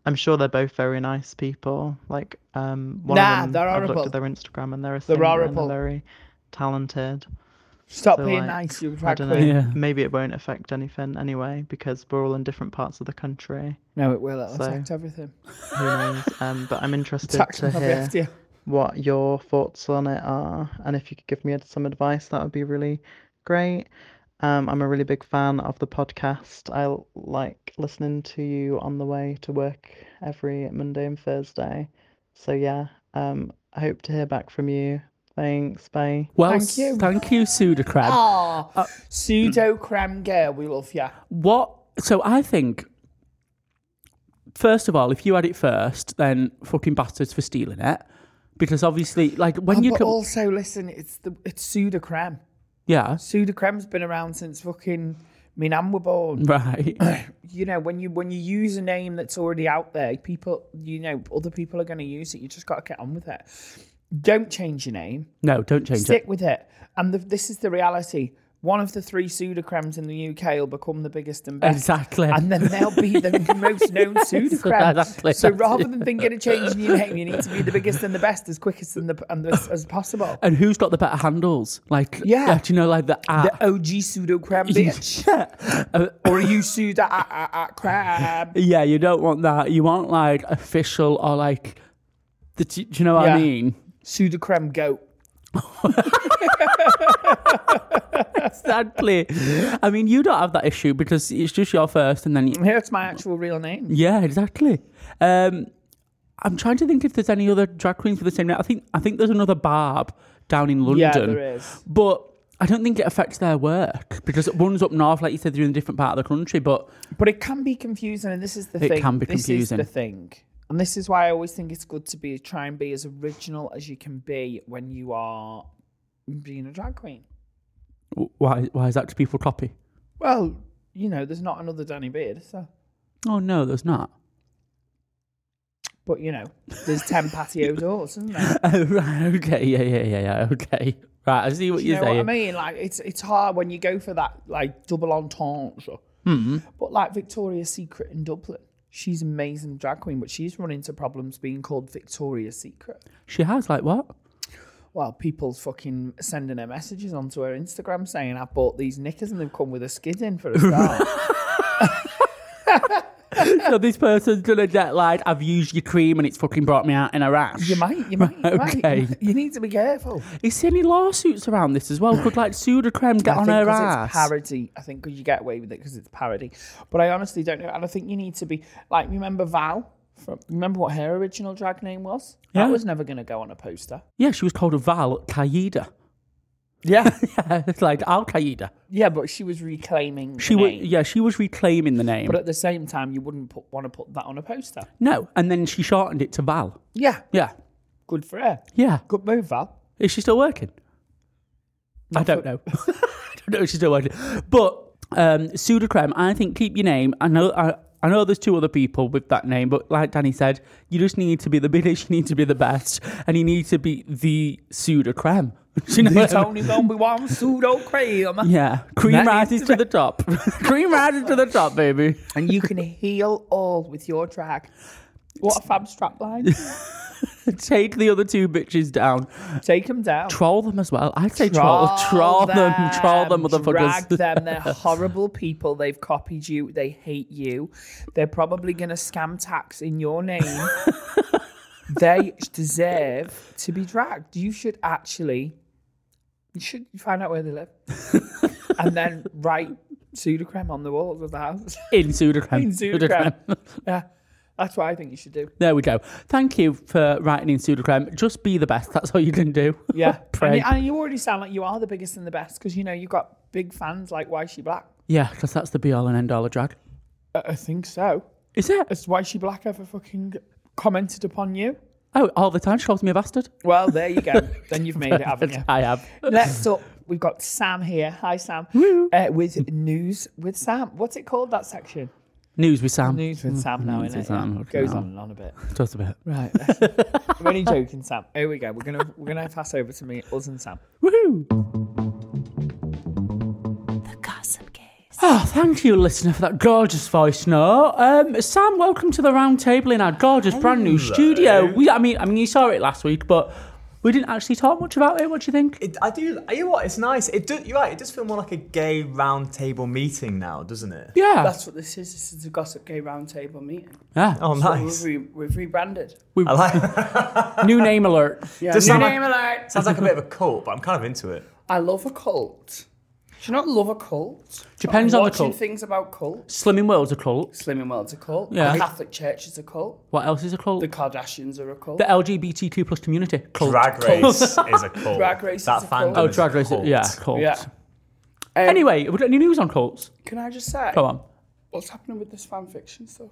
[SPEAKER 5] I'm sure they're both very nice people. Like um one
[SPEAKER 2] Nah,
[SPEAKER 5] of them
[SPEAKER 2] they're
[SPEAKER 5] I've looked
[SPEAKER 2] horrible.
[SPEAKER 5] at their Instagram and they're a
[SPEAKER 2] They're
[SPEAKER 5] singer and
[SPEAKER 2] horrible.
[SPEAKER 5] they're very talented.
[SPEAKER 2] Stop
[SPEAKER 5] So,
[SPEAKER 2] being
[SPEAKER 5] like,
[SPEAKER 2] nice, you
[SPEAKER 5] I
[SPEAKER 2] drag
[SPEAKER 5] don't
[SPEAKER 2] queen.
[SPEAKER 5] know.
[SPEAKER 3] Yeah.
[SPEAKER 5] Maybe it won't affect anything anyway because we're all in different parts of the country.
[SPEAKER 2] No, it will. It'll
[SPEAKER 5] So-
[SPEAKER 2] affect everything. [laughs]
[SPEAKER 5] Who knows? um, but I'm interested
[SPEAKER 2] Tax
[SPEAKER 5] to
[SPEAKER 2] will be
[SPEAKER 5] hear
[SPEAKER 2] after you.
[SPEAKER 5] what your thoughts on it are, and if you could give me some advice, that would be really great. Um, I'm a really big fan of the podcast. I l- like listening to you on the way to work every Monday and Thursday. So yeah, um, I hope to hear back from you. Thanks. Bye.
[SPEAKER 3] Well,
[SPEAKER 2] Thank
[SPEAKER 3] s-
[SPEAKER 2] you.
[SPEAKER 3] Thank you, Sudacrab.
[SPEAKER 2] Aw, pseudo cram Oh, girl, we love ya.
[SPEAKER 3] What? So I think, first of all, if you had it first, then fucking bastards for stealing it. Because obviously, like, when
[SPEAKER 2] Oh,
[SPEAKER 3] you
[SPEAKER 2] but
[SPEAKER 3] come.
[SPEAKER 2] also, listen, it's the it's pseudo cram.
[SPEAKER 3] yeah.
[SPEAKER 2] Pseudo cram's been around since fucking me nan were born.
[SPEAKER 3] Right.
[SPEAKER 2] [clears throat] You know, when you when you use a name that's already out there, people, you know, other people are going to use it. You just got to get on with it. Don't change your name.
[SPEAKER 3] No, don't change
[SPEAKER 2] Stick
[SPEAKER 3] it.
[SPEAKER 2] with it. And the, this is the reality. One of the three pseudocrems in the UK will become the biggest and best.
[SPEAKER 3] Exactly.
[SPEAKER 2] And then they'll be
[SPEAKER 3] [laughs]
[SPEAKER 2] the most known pseudocrem.
[SPEAKER 3] Exactly.
[SPEAKER 2] So rather than thinking of changing your name, you need to be the biggest and the best as quick as, and the, and as, as possible.
[SPEAKER 3] And who's got the better handles? Like,
[SPEAKER 2] Yeah.
[SPEAKER 3] do you know, like the at.
[SPEAKER 2] The OG
[SPEAKER 3] [laughs]
[SPEAKER 2] pseudocrem bitch.
[SPEAKER 3] Uh,
[SPEAKER 2] or are you pseudo ah, ah, ah, crab?
[SPEAKER 3] [laughs] Yeah, you don't want that. You want like official or like, the, do you know what I
[SPEAKER 2] Yeah. [laughs]
[SPEAKER 3] mean?
[SPEAKER 2] Pseudocrem goat.
[SPEAKER 3] Sadly, I mean, you don't have that issue because it's just your first, and then you,
[SPEAKER 2] Here's my actual real name.
[SPEAKER 3] yeah, exactly. Um, I'm trying to think if there's any other drag queens with the same name. I think I think there's another Barb down in London.
[SPEAKER 2] Yeah, there is.
[SPEAKER 3] but. I don't think it affects their work because one's up north, like you said, they're in a different part of the country. But
[SPEAKER 2] But it can be confusing, and this is the
[SPEAKER 3] It
[SPEAKER 2] thing.
[SPEAKER 3] can be
[SPEAKER 2] This is the
[SPEAKER 3] confusing.
[SPEAKER 2] thing, and this is why I always think it's good to be try and be as original as you can be when you are being a drag queen.
[SPEAKER 3] w- why? Why is that? Do people copy?
[SPEAKER 2] Well, you know, there's not another Danny Beard, so.
[SPEAKER 3] Oh no, there's not.
[SPEAKER 2] But you know, there's
[SPEAKER 3] [laughs]
[SPEAKER 2] ten patio doors, isn't there?
[SPEAKER 3] Oh right, okay, yeah, yeah, yeah, yeah, okay. Right, I see what
[SPEAKER 2] Do you
[SPEAKER 3] are
[SPEAKER 2] know
[SPEAKER 3] saying.
[SPEAKER 2] what I mean? Like it's it's hard when you go for that like double entendre.
[SPEAKER 3] Mm-hmm.
[SPEAKER 2] But like Victoria's Secret in Dublin, she's an amazing drag queen, but she's run into problems being called Victoria's Secret.
[SPEAKER 3] She has like what? [laughs]
[SPEAKER 2] Well, people fucking sending her messages onto her Instagram saying, I bought these knickers and they've come with a skid in for a start.
[SPEAKER 3] [laughs] so this person's done a debt line. I've used your cream and it's fucking brought me out in a rash.
[SPEAKER 2] you might, you might, you might.
[SPEAKER 3] Okay.
[SPEAKER 2] You need to be careful.
[SPEAKER 3] Is there any lawsuits around this as well? Could like pseudocreme get
[SPEAKER 2] I
[SPEAKER 3] on
[SPEAKER 2] think
[SPEAKER 3] her
[SPEAKER 2] 'cause
[SPEAKER 3] ass?
[SPEAKER 2] It's parody. I think because you get away with it because it's parody. But I honestly don't know. And I think you need to be like, remember Val? From, remember what her original drag name was?
[SPEAKER 3] Yeah.
[SPEAKER 2] That was never going to go on a poster.
[SPEAKER 3] yeah, she was called a Val Qaeda.
[SPEAKER 2] Yeah.
[SPEAKER 3] [laughs] Yeah, it's like Al Qaeda.
[SPEAKER 2] yeah, but she was reclaiming. the
[SPEAKER 3] She was
[SPEAKER 2] name.
[SPEAKER 3] yeah, she was reclaiming the name.
[SPEAKER 2] But at the same time, you wouldn't put, want to put that on a poster.
[SPEAKER 3] no, and then she shortened it to Val.
[SPEAKER 2] Yeah.
[SPEAKER 3] Yeah,
[SPEAKER 2] Good for her.
[SPEAKER 3] yeah.
[SPEAKER 2] Good move, Val.
[SPEAKER 3] [laughs] Is she still working? I don't know. [laughs] I don't know if she's still working. But um, pseudocreme, I think keep your name. I know. I, I know there's two other people with that name, but like Danny said, you just need to be the [laughs] biggest, you need to be the best, and you need to be the pseudocreme. [laughs] Do you know
[SPEAKER 2] There's
[SPEAKER 3] what I mean?
[SPEAKER 2] only going to be one pseudo cream.
[SPEAKER 3] Yeah, cream
[SPEAKER 2] That
[SPEAKER 3] rises
[SPEAKER 2] is
[SPEAKER 3] to the top. [laughs] cream rises to the top, baby.
[SPEAKER 2] And
[SPEAKER 3] [laughs]
[SPEAKER 2] you can heal all with your drag. What a fab strap line.
[SPEAKER 3] Take the other two bitches down.
[SPEAKER 2] [laughs] Take them down.
[SPEAKER 3] Troll them as well. I'd say troll, troll, them, troll them,
[SPEAKER 2] Drag
[SPEAKER 3] motherfuckers.
[SPEAKER 2] them. They're horrible people. They've copied you. They hate you. They're probably going to scam tax in your name.
[SPEAKER 3] [laughs]
[SPEAKER 2] they deserve to be dragged. You should actually, you should find out where they
[SPEAKER 3] [laughs]
[SPEAKER 2] live, and then write pseudocreme on the walls of the house.
[SPEAKER 3] [laughs]
[SPEAKER 2] [laughs]
[SPEAKER 3] in pseudocreme.
[SPEAKER 2] In pseudocreme. yeah, that's what I think you should do.
[SPEAKER 3] There we go. Thank you for writing in pseudocreme. Just be the best. That's all you can do. [laughs]
[SPEAKER 2] [laughs] Yeah,
[SPEAKER 3] Pray.
[SPEAKER 2] And, you- and you already sound like you are the biggest and the best because you know you've got big fans like Why Is She Black.
[SPEAKER 3] yeah, because that's the be all and end all of drag.
[SPEAKER 2] I- I think so.
[SPEAKER 3] Is it?
[SPEAKER 2] Has Why She Black ever fucking commented upon you?
[SPEAKER 3] Oh, all the time. She calls me a bastard.
[SPEAKER 2] Well, there you [laughs] go. then you've made it, haven't [laughs] you?
[SPEAKER 3] I have.
[SPEAKER 2] Next up, we've got Sam here. Hi, Sam. Uh, with news with Sam. What's it called that section?
[SPEAKER 3] News with Sam.
[SPEAKER 2] News with Sam now,
[SPEAKER 3] News
[SPEAKER 2] isn't
[SPEAKER 3] with
[SPEAKER 2] it?
[SPEAKER 3] Sam,
[SPEAKER 2] Yeah.
[SPEAKER 3] okay,
[SPEAKER 2] Goes
[SPEAKER 3] now.
[SPEAKER 2] on and on a bit.
[SPEAKER 3] Just a bit.
[SPEAKER 2] [laughs] Right. I'm only joking, Sam. Here we go. We're gonna we're gonna pass over to me, us and Sam.
[SPEAKER 3] Woohoo!
[SPEAKER 1] The Gossip Gaze.
[SPEAKER 3] Oh, thank you, listener, for that gorgeous voice note. Um, Sam, welcome to the round table in our gorgeous brand new studio. We, I mean, I mean, you saw it last week, but we didn't actually talk much about it. What do you think?
[SPEAKER 5] It, I do. You know what? It's nice. It do, you're right. It does feel more like a gay round table meeting now, doesn't it?
[SPEAKER 3] yeah,
[SPEAKER 2] That's what this is. This is a gossip gay roundtable meeting.
[SPEAKER 3] yeah.
[SPEAKER 5] Oh,
[SPEAKER 2] So
[SPEAKER 5] nice.
[SPEAKER 2] we've, re- we've rebranded.
[SPEAKER 5] I
[SPEAKER 3] [laughs]
[SPEAKER 5] like.
[SPEAKER 3] New name alert.
[SPEAKER 2] [laughs] Yeah.
[SPEAKER 5] Does
[SPEAKER 2] new
[SPEAKER 5] Sam-
[SPEAKER 2] name alert.
[SPEAKER 5] Sounds like a bit of a cult, but I'm kind of into it.
[SPEAKER 2] I love a cult. Do you not love a cult?
[SPEAKER 3] Depends on the
[SPEAKER 2] Watching
[SPEAKER 3] cult.
[SPEAKER 2] things about cults.
[SPEAKER 3] Slimming World's a cult.
[SPEAKER 2] Slimming World's a cult.
[SPEAKER 3] Yeah.
[SPEAKER 2] The Catholic Church is a cult.
[SPEAKER 3] What else is a cult?
[SPEAKER 2] The
[SPEAKER 3] The,
[SPEAKER 2] Kardashians are a cult.
[SPEAKER 3] LGBTQ plus community cult.
[SPEAKER 5] [laughs] Drag race is a cult.
[SPEAKER 2] Drag race
[SPEAKER 5] That
[SPEAKER 2] is a
[SPEAKER 5] fandom
[SPEAKER 2] cult.
[SPEAKER 3] Oh,
[SPEAKER 5] is
[SPEAKER 3] drag
[SPEAKER 5] a
[SPEAKER 3] race.
[SPEAKER 5] cult.
[SPEAKER 3] Yeah, cult.
[SPEAKER 2] Yeah. Um,
[SPEAKER 3] Anyway, have we got any news on cults?
[SPEAKER 2] can I just say
[SPEAKER 3] Go on.
[SPEAKER 2] what's happening with this fan fiction stuff?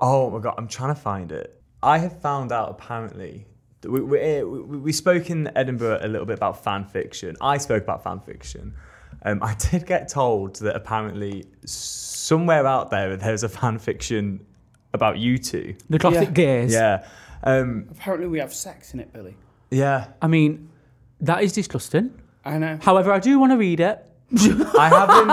[SPEAKER 5] Oh my god, I'm trying to find it. I have found out apparently. that We, we, we, we spoke in Edinburgh a little bit about fan fiction. I spoke about fan fiction. Um, I did get told that apparently somewhere out there there's a fan fiction about you two.
[SPEAKER 3] The Gothic Gays.
[SPEAKER 5] Yeah. Um,
[SPEAKER 2] Apparently, we have sex in it, Billy.
[SPEAKER 5] yeah.
[SPEAKER 3] I mean, that is disgusting.
[SPEAKER 2] I know.
[SPEAKER 3] However, I do want to read it.
[SPEAKER 5] I haven't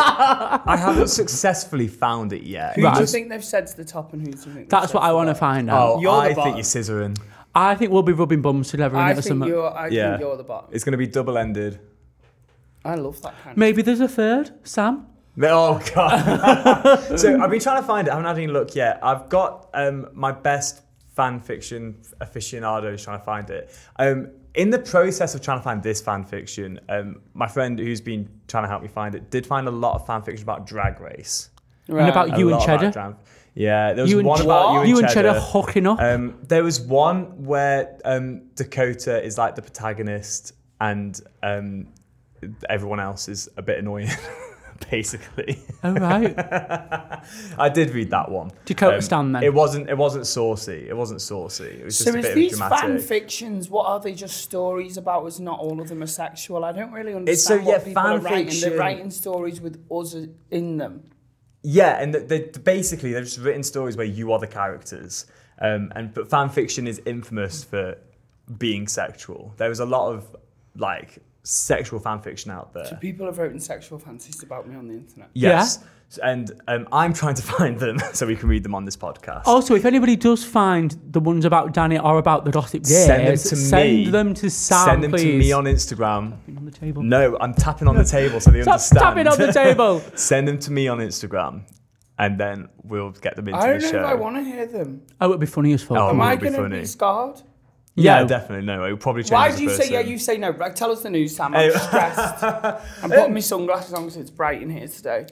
[SPEAKER 5] I haven't successfully found it yet.
[SPEAKER 2] Who do you
[SPEAKER 3] Right.
[SPEAKER 2] think they've said to the top, and who do you think?
[SPEAKER 3] That's what I want to find out.
[SPEAKER 5] Oh,
[SPEAKER 2] You're the
[SPEAKER 5] I
[SPEAKER 2] bottom.
[SPEAKER 5] think you're scissoring. [laughs]
[SPEAKER 3] I think we'll be rubbing bums together
[SPEAKER 2] I
[SPEAKER 3] and ever
[SPEAKER 2] think
[SPEAKER 3] some.
[SPEAKER 2] you're. I
[SPEAKER 5] Yeah.
[SPEAKER 2] think you're the bottom.
[SPEAKER 5] It's going to be double ended.
[SPEAKER 2] I love that kind. of
[SPEAKER 3] Maybe there's a third, Sam.
[SPEAKER 5] Oh god. [laughs] so I've been trying to find it. I haven't had any luck yet. I've got um, my best fan fiction aficionado is trying to find it. Um, in the process of trying to find this fan fiction, um, my friend who's been trying to help me find it did find a lot of fan fiction about Drag Race.
[SPEAKER 3] And about
[SPEAKER 5] A
[SPEAKER 3] you and
[SPEAKER 5] lot about
[SPEAKER 3] Cheddar.
[SPEAKER 5] drag- yeah, there was
[SPEAKER 3] You and
[SPEAKER 5] one
[SPEAKER 3] Che-
[SPEAKER 5] about you and
[SPEAKER 3] You and
[SPEAKER 5] Cheddar.
[SPEAKER 3] Cheddar hooking up.
[SPEAKER 5] Um, there was one where um, Dakota is like the protagonist, and um, everyone else is a bit annoying, [laughs] basically.
[SPEAKER 3] All right.
[SPEAKER 5] [laughs] I did read that one. Um,
[SPEAKER 3] Dakota Stan, then.
[SPEAKER 5] It wasn't. It wasn't saucy. It wasn't saucy. It was just
[SPEAKER 2] so
[SPEAKER 5] a
[SPEAKER 2] is
[SPEAKER 5] bit
[SPEAKER 2] these
[SPEAKER 5] of dramatic.
[SPEAKER 2] fan fictions? What are they? Just stories about us? Not all of them are sexual. I don't really understand
[SPEAKER 5] It's so,
[SPEAKER 2] what
[SPEAKER 5] yeah,
[SPEAKER 2] people
[SPEAKER 5] fan
[SPEAKER 2] are writing.
[SPEAKER 5] fiction-
[SPEAKER 2] They're writing stories with us in them.
[SPEAKER 5] Yeah, and they, they, basically they're just written stories where you are the characters. Um, and but fan fiction is infamous for being sexual. There was a lot of like sexual fan fiction out there.
[SPEAKER 2] So people have written sexual fantasies about me on the internet.
[SPEAKER 5] Yes. And um, I'm trying to [laughs] find them so we can read them on this podcast.
[SPEAKER 3] Also, if anybody does find the ones about Danny or about the Gossip Gays,
[SPEAKER 5] Send them to
[SPEAKER 3] send
[SPEAKER 5] me.
[SPEAKER 3] them to Sam,
[SPEAKER 5] Send them to
[SPEAKER 3] please.
[SPEAKER 5] me on Instagram. No, I'm tapping on the table so they
[SPEAKER 3] Stop
[SPEAKER 5] understand.
[SPEAKER 3] tapping on
[SPEAKER 5] [laughs]
[SPEAKER 3] the table.
[SPEAKER 5] Send them to me on Instagram, and then we'll get them into
[SPEAKER 2] I don't
[SPEAKER 5] the
[SPEAKER 2] know
[SPEAKER 5] show.
[SPEAKER 2] if I want to hear them.
[SPEAKER 3] Oh, it'd be funny as fuck.
[SPEAKER 5] Oh,
[SPEAKER 2] Am
[SPEAKER 5] it
[SPEAKER 2] I
[SPEAKER 5] would be
[SPEAKER 2] going to
[SPEAKER 5] funny.
[SPEAKER 2] be scarred?
[SPEAKER 5] yeah,
[SPEAKER 3] No.
[SPEAKER 5] definitely. No, it will probably change.
[SPEAKER 2] Why
[SPEAKER 5] as
[SPEAKER 2] do you
[SPEAKER 5] a
[SPEAKER 2] say yeah?
[SPEAKER 5] person.
[SPEAKER 2] You say no. Like, tell us the news, Sam. I'm
[SPEAKER 5] [laughs]
[SPEAKER 2] stressed. I'm putting my sunglasses on because it's bright in here today.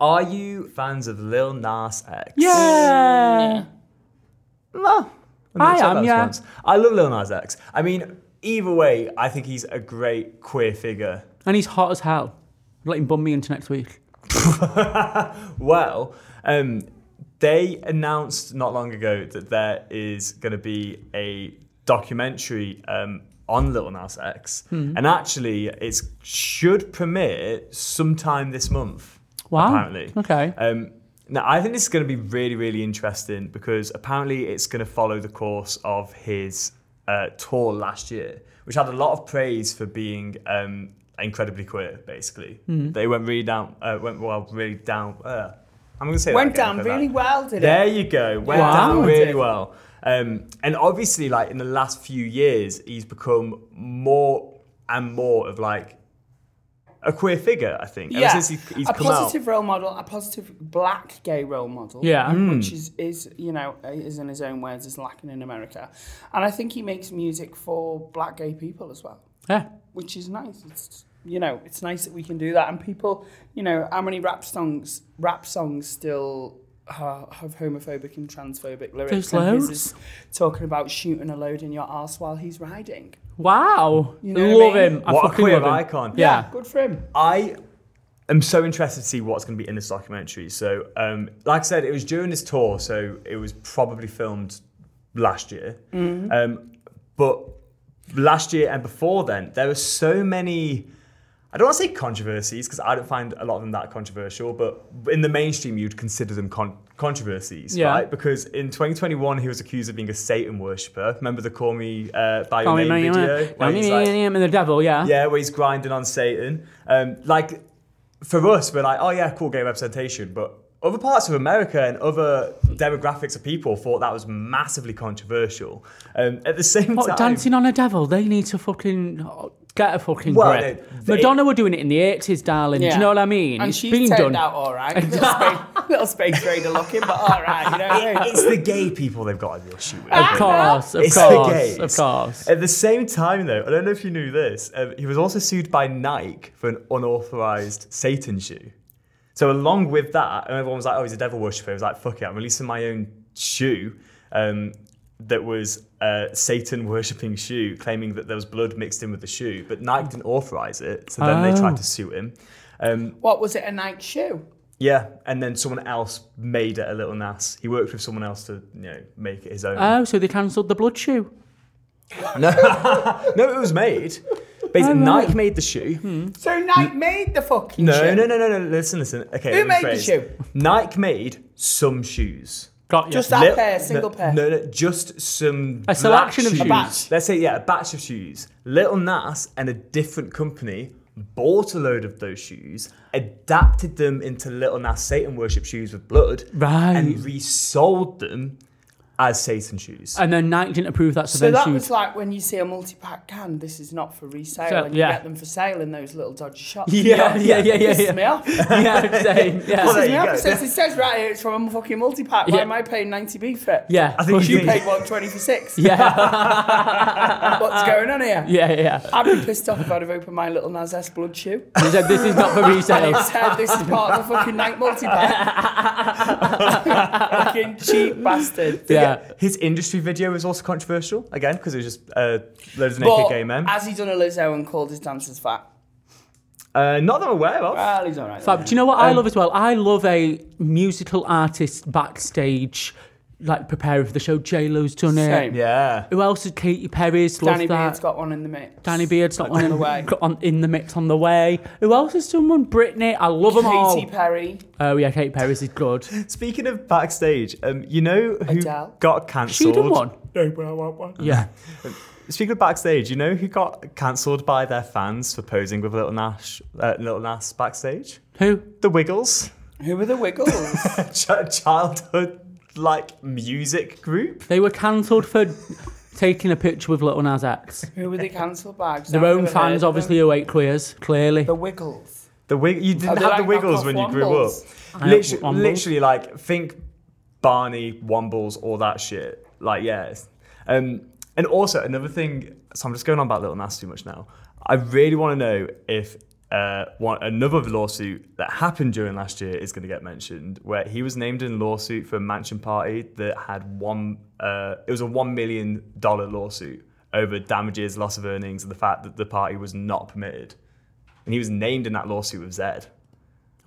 [SPEAKER 5] Are you fans of Lil Nas X?
[SPEAKER 3] Yeah.
[SPEAKER 5] No.
[SPEAKER 3] I
[SPEAKER 5] said
[SPEAKER 3] am,
[SPEAKER 5] that
[SPEAKER 3] yeah.
[SPEAKER 5] once. I love Lil Nas X. I mean, either way, I think he's a great queer figure.
[SPEAKER 3] And he's hot as hell. Let him bum me into next week.
[SPEAKER 5] Well, um, they announced not long ago that there is going to be a documentary um, on Little Nas X, and actually, it should premiere sometime this month.
[SPEAKER 3] Wow.
[SPEAKER 5] Apparently,
[SPEAKER 3] Okay.
[SPEAKER 5] Um, now, I think this is going to be really, really interesting because apparently it's going to follow the course of his uh, tour last year, which had a lot of praise for being um, incredibly queer. Basically, they went really down, uh, went well, really down. Uh, I'm going to say that
[SPEAKER 2] Went
[SPEAKER 5] again,
[SPEAKER 2] down
[SPEAKER 5] but that-
[SPEAKER 2] really well, did
[SPEAKER 5] There
[SPEAKER 2] it?
[SPEAKER 5] you go, went
[SPEAKER 3] Wow.
[SPEAKER 5] down
[SPEAKER 2] Did
[SPEAKER 5] really
[SPEAKER 2] it?
[SPEAKER 5] well. Um, and obviously, like in the last few years, he's become more and more of like a queer figure. I think
[SPEAKER 2] Yeah.
[SPEAKER 5] ever since he, he's
[SPEAKER 2] a
[SPEAKER 5] come out.
[SPEAKER 2] positive role model, a positive black gay role model.
[SPEAKER 3] Yeah.
[SPEAKER 5] Hmm.
[SPEAKER 2] Which is, is, you know, is in his own words, is lacking in America. And I think he makes music for black gay people as well.
[SPEAKER 3] Yeah.
[SPEAKER 2] which is nice. It's you know, it's nice that we can do that. And people, you know, how many rap songs, rap songs still ha have homophobic and transphobic lyrics?
[SPEAKER 3] There's
[SPEAKER 2] and his
[SPEAKER 3] loads.
[SPEAKER 2] is talking about shooting a load in your ass while he's riding.
[SPEAKER 3] Wow.
[SPEAKER 2] You know what I
[SPEAKER 3] love
[SPEAKER 2] mean?
[SPEAKER 3] him. I
[SPEAKER 5] what a
[SPEAKER 3] fucking
[SPEAKER 5] queer
[SPEAKER 3] love him.
[SPEAKER 5] icon.
[SPEAKER 3] Yeah.
[SPEAKER 2] Ah, Good for him.
[SPEAKER 5] I am so interested to see what's going to be in this documentary. So, um, like I said, it was during this tour, so it was probably filmed last year.
[SPEAKER 2] Mm-hmm.
[SPEAKER 5] Um, but last year and before then, there were so many. I don't want to say controversies because I don't find a lot of them that controversial, but in the mainstream, you'd consider them con- controversies,
[SPEAKER 3] Yeah.
[SPEAKER 5] right? Because in 2021, he was accused of being a Satan worshipper. Remember the "Call Me uh, by Your
[SPEAKER 3] Call me,
[SPEAKER 5] Name"
[SPEAKER 3] me, me,
[SPEAKER 5] video?
[SPEAKER 3] me,
[SPEAKER 5] Where
[SPEAKER 3] me,
[SPEAKER 5] he's
[SPEAKER 3] me,
[SPEAKER 5] like-
[SPEAKER 3] me, me, the devil, yeah.
[SPEAKER 5] yeah, where he's grinding on Satan. Um, like for us, we're like, oh yeah, cool gay representation, but other parts of America and other demographics of people thought that was massively controversial. Um, at the same
[SPEAKER 3] What,
[SPEAKER 5] time,
[SPEAKER 3] Dancing on a Devil? They need to fucking uh, get a fucking
[SPEAKER 5] Well,
[SPEAKER 3] grip.
[SPEAKER 5] they-
[SPEAKER 3] Madonna were doing it in the 80s, darling. Do you know what I mean?
[SPEAKER 2] And
[SPEAKER 3] It's
[SPEAKER 2] she's
[SPEAKER 3] been
[SPEAKER 2] turned
[SPEAKER 3] done.
[SPEAKER 2] out all
[SPEAKER 5] [laughs]
[SPEAKER 2] right. little, space, little space raider looking, but all right. You know what I mean?
[SPEAKER 5] it's the gay people they've got an issue with.
[SPEAKER 3] Of course, of
[SPEAKER 5] It's the
[SPEAKER 3] course,
[SPEAKER 5] gays.
[SPEAKER 3] of course.
[SPEAKER 5] At the same time, though, I don't know if you knew this, um, he was also sued by Nike for an unauthorized Satan shoe. So along with that, and everyone was like, "Oh, he's a devil worshipper." He was like, "Fuck it, I'm releasing my own shoe um, that was a uh, Satan worshipping shoe, claiming that there was blood mixed in with the shoe." But Nike didn't authorize it, so then they
[SPEAKER 3] Oh.
[SPEAKER 5] tried to sue him.
[SPEAKER 2] What was it? A Nike shoe?
[SPEAKER 5] Yeah, and then someone else made it a little Nas. He worked with someone else to, you know, make it his own.
[SPEAKER 3] Oh, so they cancelled the blood shoe.
[SPEAKER 5] no, it was made. Basically, Nike made the shoe.
[SPEAKER 2] So Nike made the fucking
[SPEAKER 5] No,
[SPEAKER 2] shoe.
[SPEAKER 5] no, no, no, no. Listen, listen. Okay.
[SPEAKER 2] Who
[SPEAKER 5] let me
[SPEAKER 2] made the
[SPEAKER 5] rephrase.
[SPEAKER 2] shoe?
[SPEAKER 5] Nike made some shoes.
[SPEAKER 3] Got you.
[SPEAKER 2] Just that
[SPEAKER 5] Lit-
[SPEAKER 2] pair, single
[SPEAKER 5] no,
[SPEAKER 2] pair.
[SPEAKER 5] No, no, just some.
[SPEAKER 3] A selection of
[SPEAKER 5] black shoes.
[SPEAKER 3] shoes.
[SPEAKER 2] A batch.
[SPEAKER 5] Let's say, yeah, a batch of shoes. Little Nas and a different company bought a load of those shoes, adapted them into Little Nas Satan worship shoes with blood,
[SPEAKER 3] Right.
[SPEAKER 5] and resold them as Satan shoes.
[SPEAKER 3] And then Nike didn't approve that, so,
[SPEAKER 2] So
[SPEAKER 3] they
[SPEAKER 2] that
[SPEAKER 3] sued.
[SPEAKER 2] was like when you see a multi-pack can, this is not for resale,
[SPEAKER 3] So,
[SPEAKER 2] and you
[SPEAKER 3] yeah.
[SPEAKER 2] get them for sale in those little dodgy shops.
[SPEAKER 3] Yeah, yeah, yeah, yeah,
[SPEAKER 2] Pisses
[SPEAKER 3] yeah.
[SPEAKER 2] me
[SPEAKER 3] [laughs]
[SPEAKER 2] off.
[SPEAKER 5] [laughs]
[SPEAKER 3] yeah, same,
[SPEAKER 5] Well,
[SPEAKER 3] yeah.
[SPEAKER 5] there you
[SPEAKER 2] yeah,
[SPEAKER 5] go.
[SPEAKER 2] it says, it says right here it's from a fucking multi-pack. Why
[SPEAKER 3] Yeah.
[SPEAKER 2] am I paying 90b for it?
[SPEAKER 3] yeah.
[SPEAKER 5] I think
[SPEAKER 3] fucking-
[SPEAKER 5] you
[SPEAKER 2] You paid,
[SPEAKER 5] [laughs]
[SPEAKER 2] what, 20 for six?
[SPEAKER 3] [laughs] Yeah,
[SPEAKER 2] [laughs] What's going on here?
[SPEAKER 3] [laughs] yeah, yeah.
[SPEAKER 2] I'd be pissed off if I'd have opened my little Nas S blood shoe.
[SPEAKER 3] [laughs] He said, this is not for
[SPEAKER 5] [laughs]
[SPEAKER 2] And it
[SPEAKER 3] resale.
[SPEAKER 2] said this is part of the fucking night multi-pack.
[SPEAKER 3] [laughs]
[SPEAKER 2] fucking cheap bastard.
[SPEAKER 3] Yeah.
[SPEAKER 5] His industry video was also controversial again because it was just uh, loads of naked
[SPEAKER 2] But
[SPEAKER 5] gay men.
[SPEAKER 2] has he done a Lizzo and called his dancers fat?
[SPEAKER 5] Uh, not that I'm aware of.
[SPEAKER 2] Well, he's alright.
[SPEAKER 3] Fab, do you know what I love as well? I love a musical artist backstage, like preparing for the show. J Lo's done it.
[SPEAKER 2] Same.
[SPEAKER 5] yeah.
[SPEAKER 3] Who else? Is Katy Perry's love
[SPEAKER 2] Danny
[SPEAKER 3] that.
[SPEAKER 2] Beard's got one in the mix.
[SPEAKER 3] Danny Beard's not on, in
[SPEAKER 2] the way.
[SPEAKER 3] got on in the mix on the way. Who else is someone? Britney. I love them all.
[SPEAKER 2] Katy Perry.
[SPEAKER 3] Oh yeah, Katy Perry's
[SPEAKER 2] [laughs]
[SPEAKER 3] is good.
[SPEAKER 5] Speaking of backstage, um, you know who
[SPEAKER 2] Adele?
[SPEAKER 5] got cancelled?
[SPEAKER 3] She done one.
[SPEAKER 2] No, but I want one.
[SPEAKER 3] Yeah.
[SPEAKER 5] Speaking of backstage, you know who got cancelled by their fans for posing with Little Nash, uh, Little Nas backstage?
[SPEAKER 3] Who?
[SPEAKER 5] The Wiggles. [laughs]
[SPEAKER 2] Who were the Wiggles?
[SPEAKER 3] [laughs]
[SPEAKER 5] Ch- childhood like music group.
[SPEAKER 3] They were cancelled for taking a picture with Little
[SPEAKER 2] [laughs]
[SPEAKER 3] Nas X.
[SPEAKER 2] Who were the cancel bags?
[SPEAKER 3] Their own fans, obviously, who ate queers, clearly.
[SPEAKER 2] The Wiggles.
[SPEAKER 5] The wig- you
[SPEAKER 2] they
[SPEAKER 5] didn't have
[SPEAKER 2] like
[SPEAKER 5] the Wiggles
[SPEAKER 2] knockoff
[SPEAKER 5] when you grew up.
[SPEAKER 2] Wombles?
[SPEAKER 3] I
[SPEAKER 5] Literally,
[SPEAKER 3] have Wombles.
[SPEAKER 5] literally, like think Barney, Wombles, all that shit. Like yes, um, and also another thing. So I'm just going on about Little Nas too much now. I really want to know if uh, one, another lawsuit that happened during last year is going to get mentioned, where he was named in a lawsuit for a mansion party that had one. Uh, it was a one million dollar lawsuit over damages, loss of earnings, and the fact that the party was not permitted. And he was named in that lawsuit with Zed.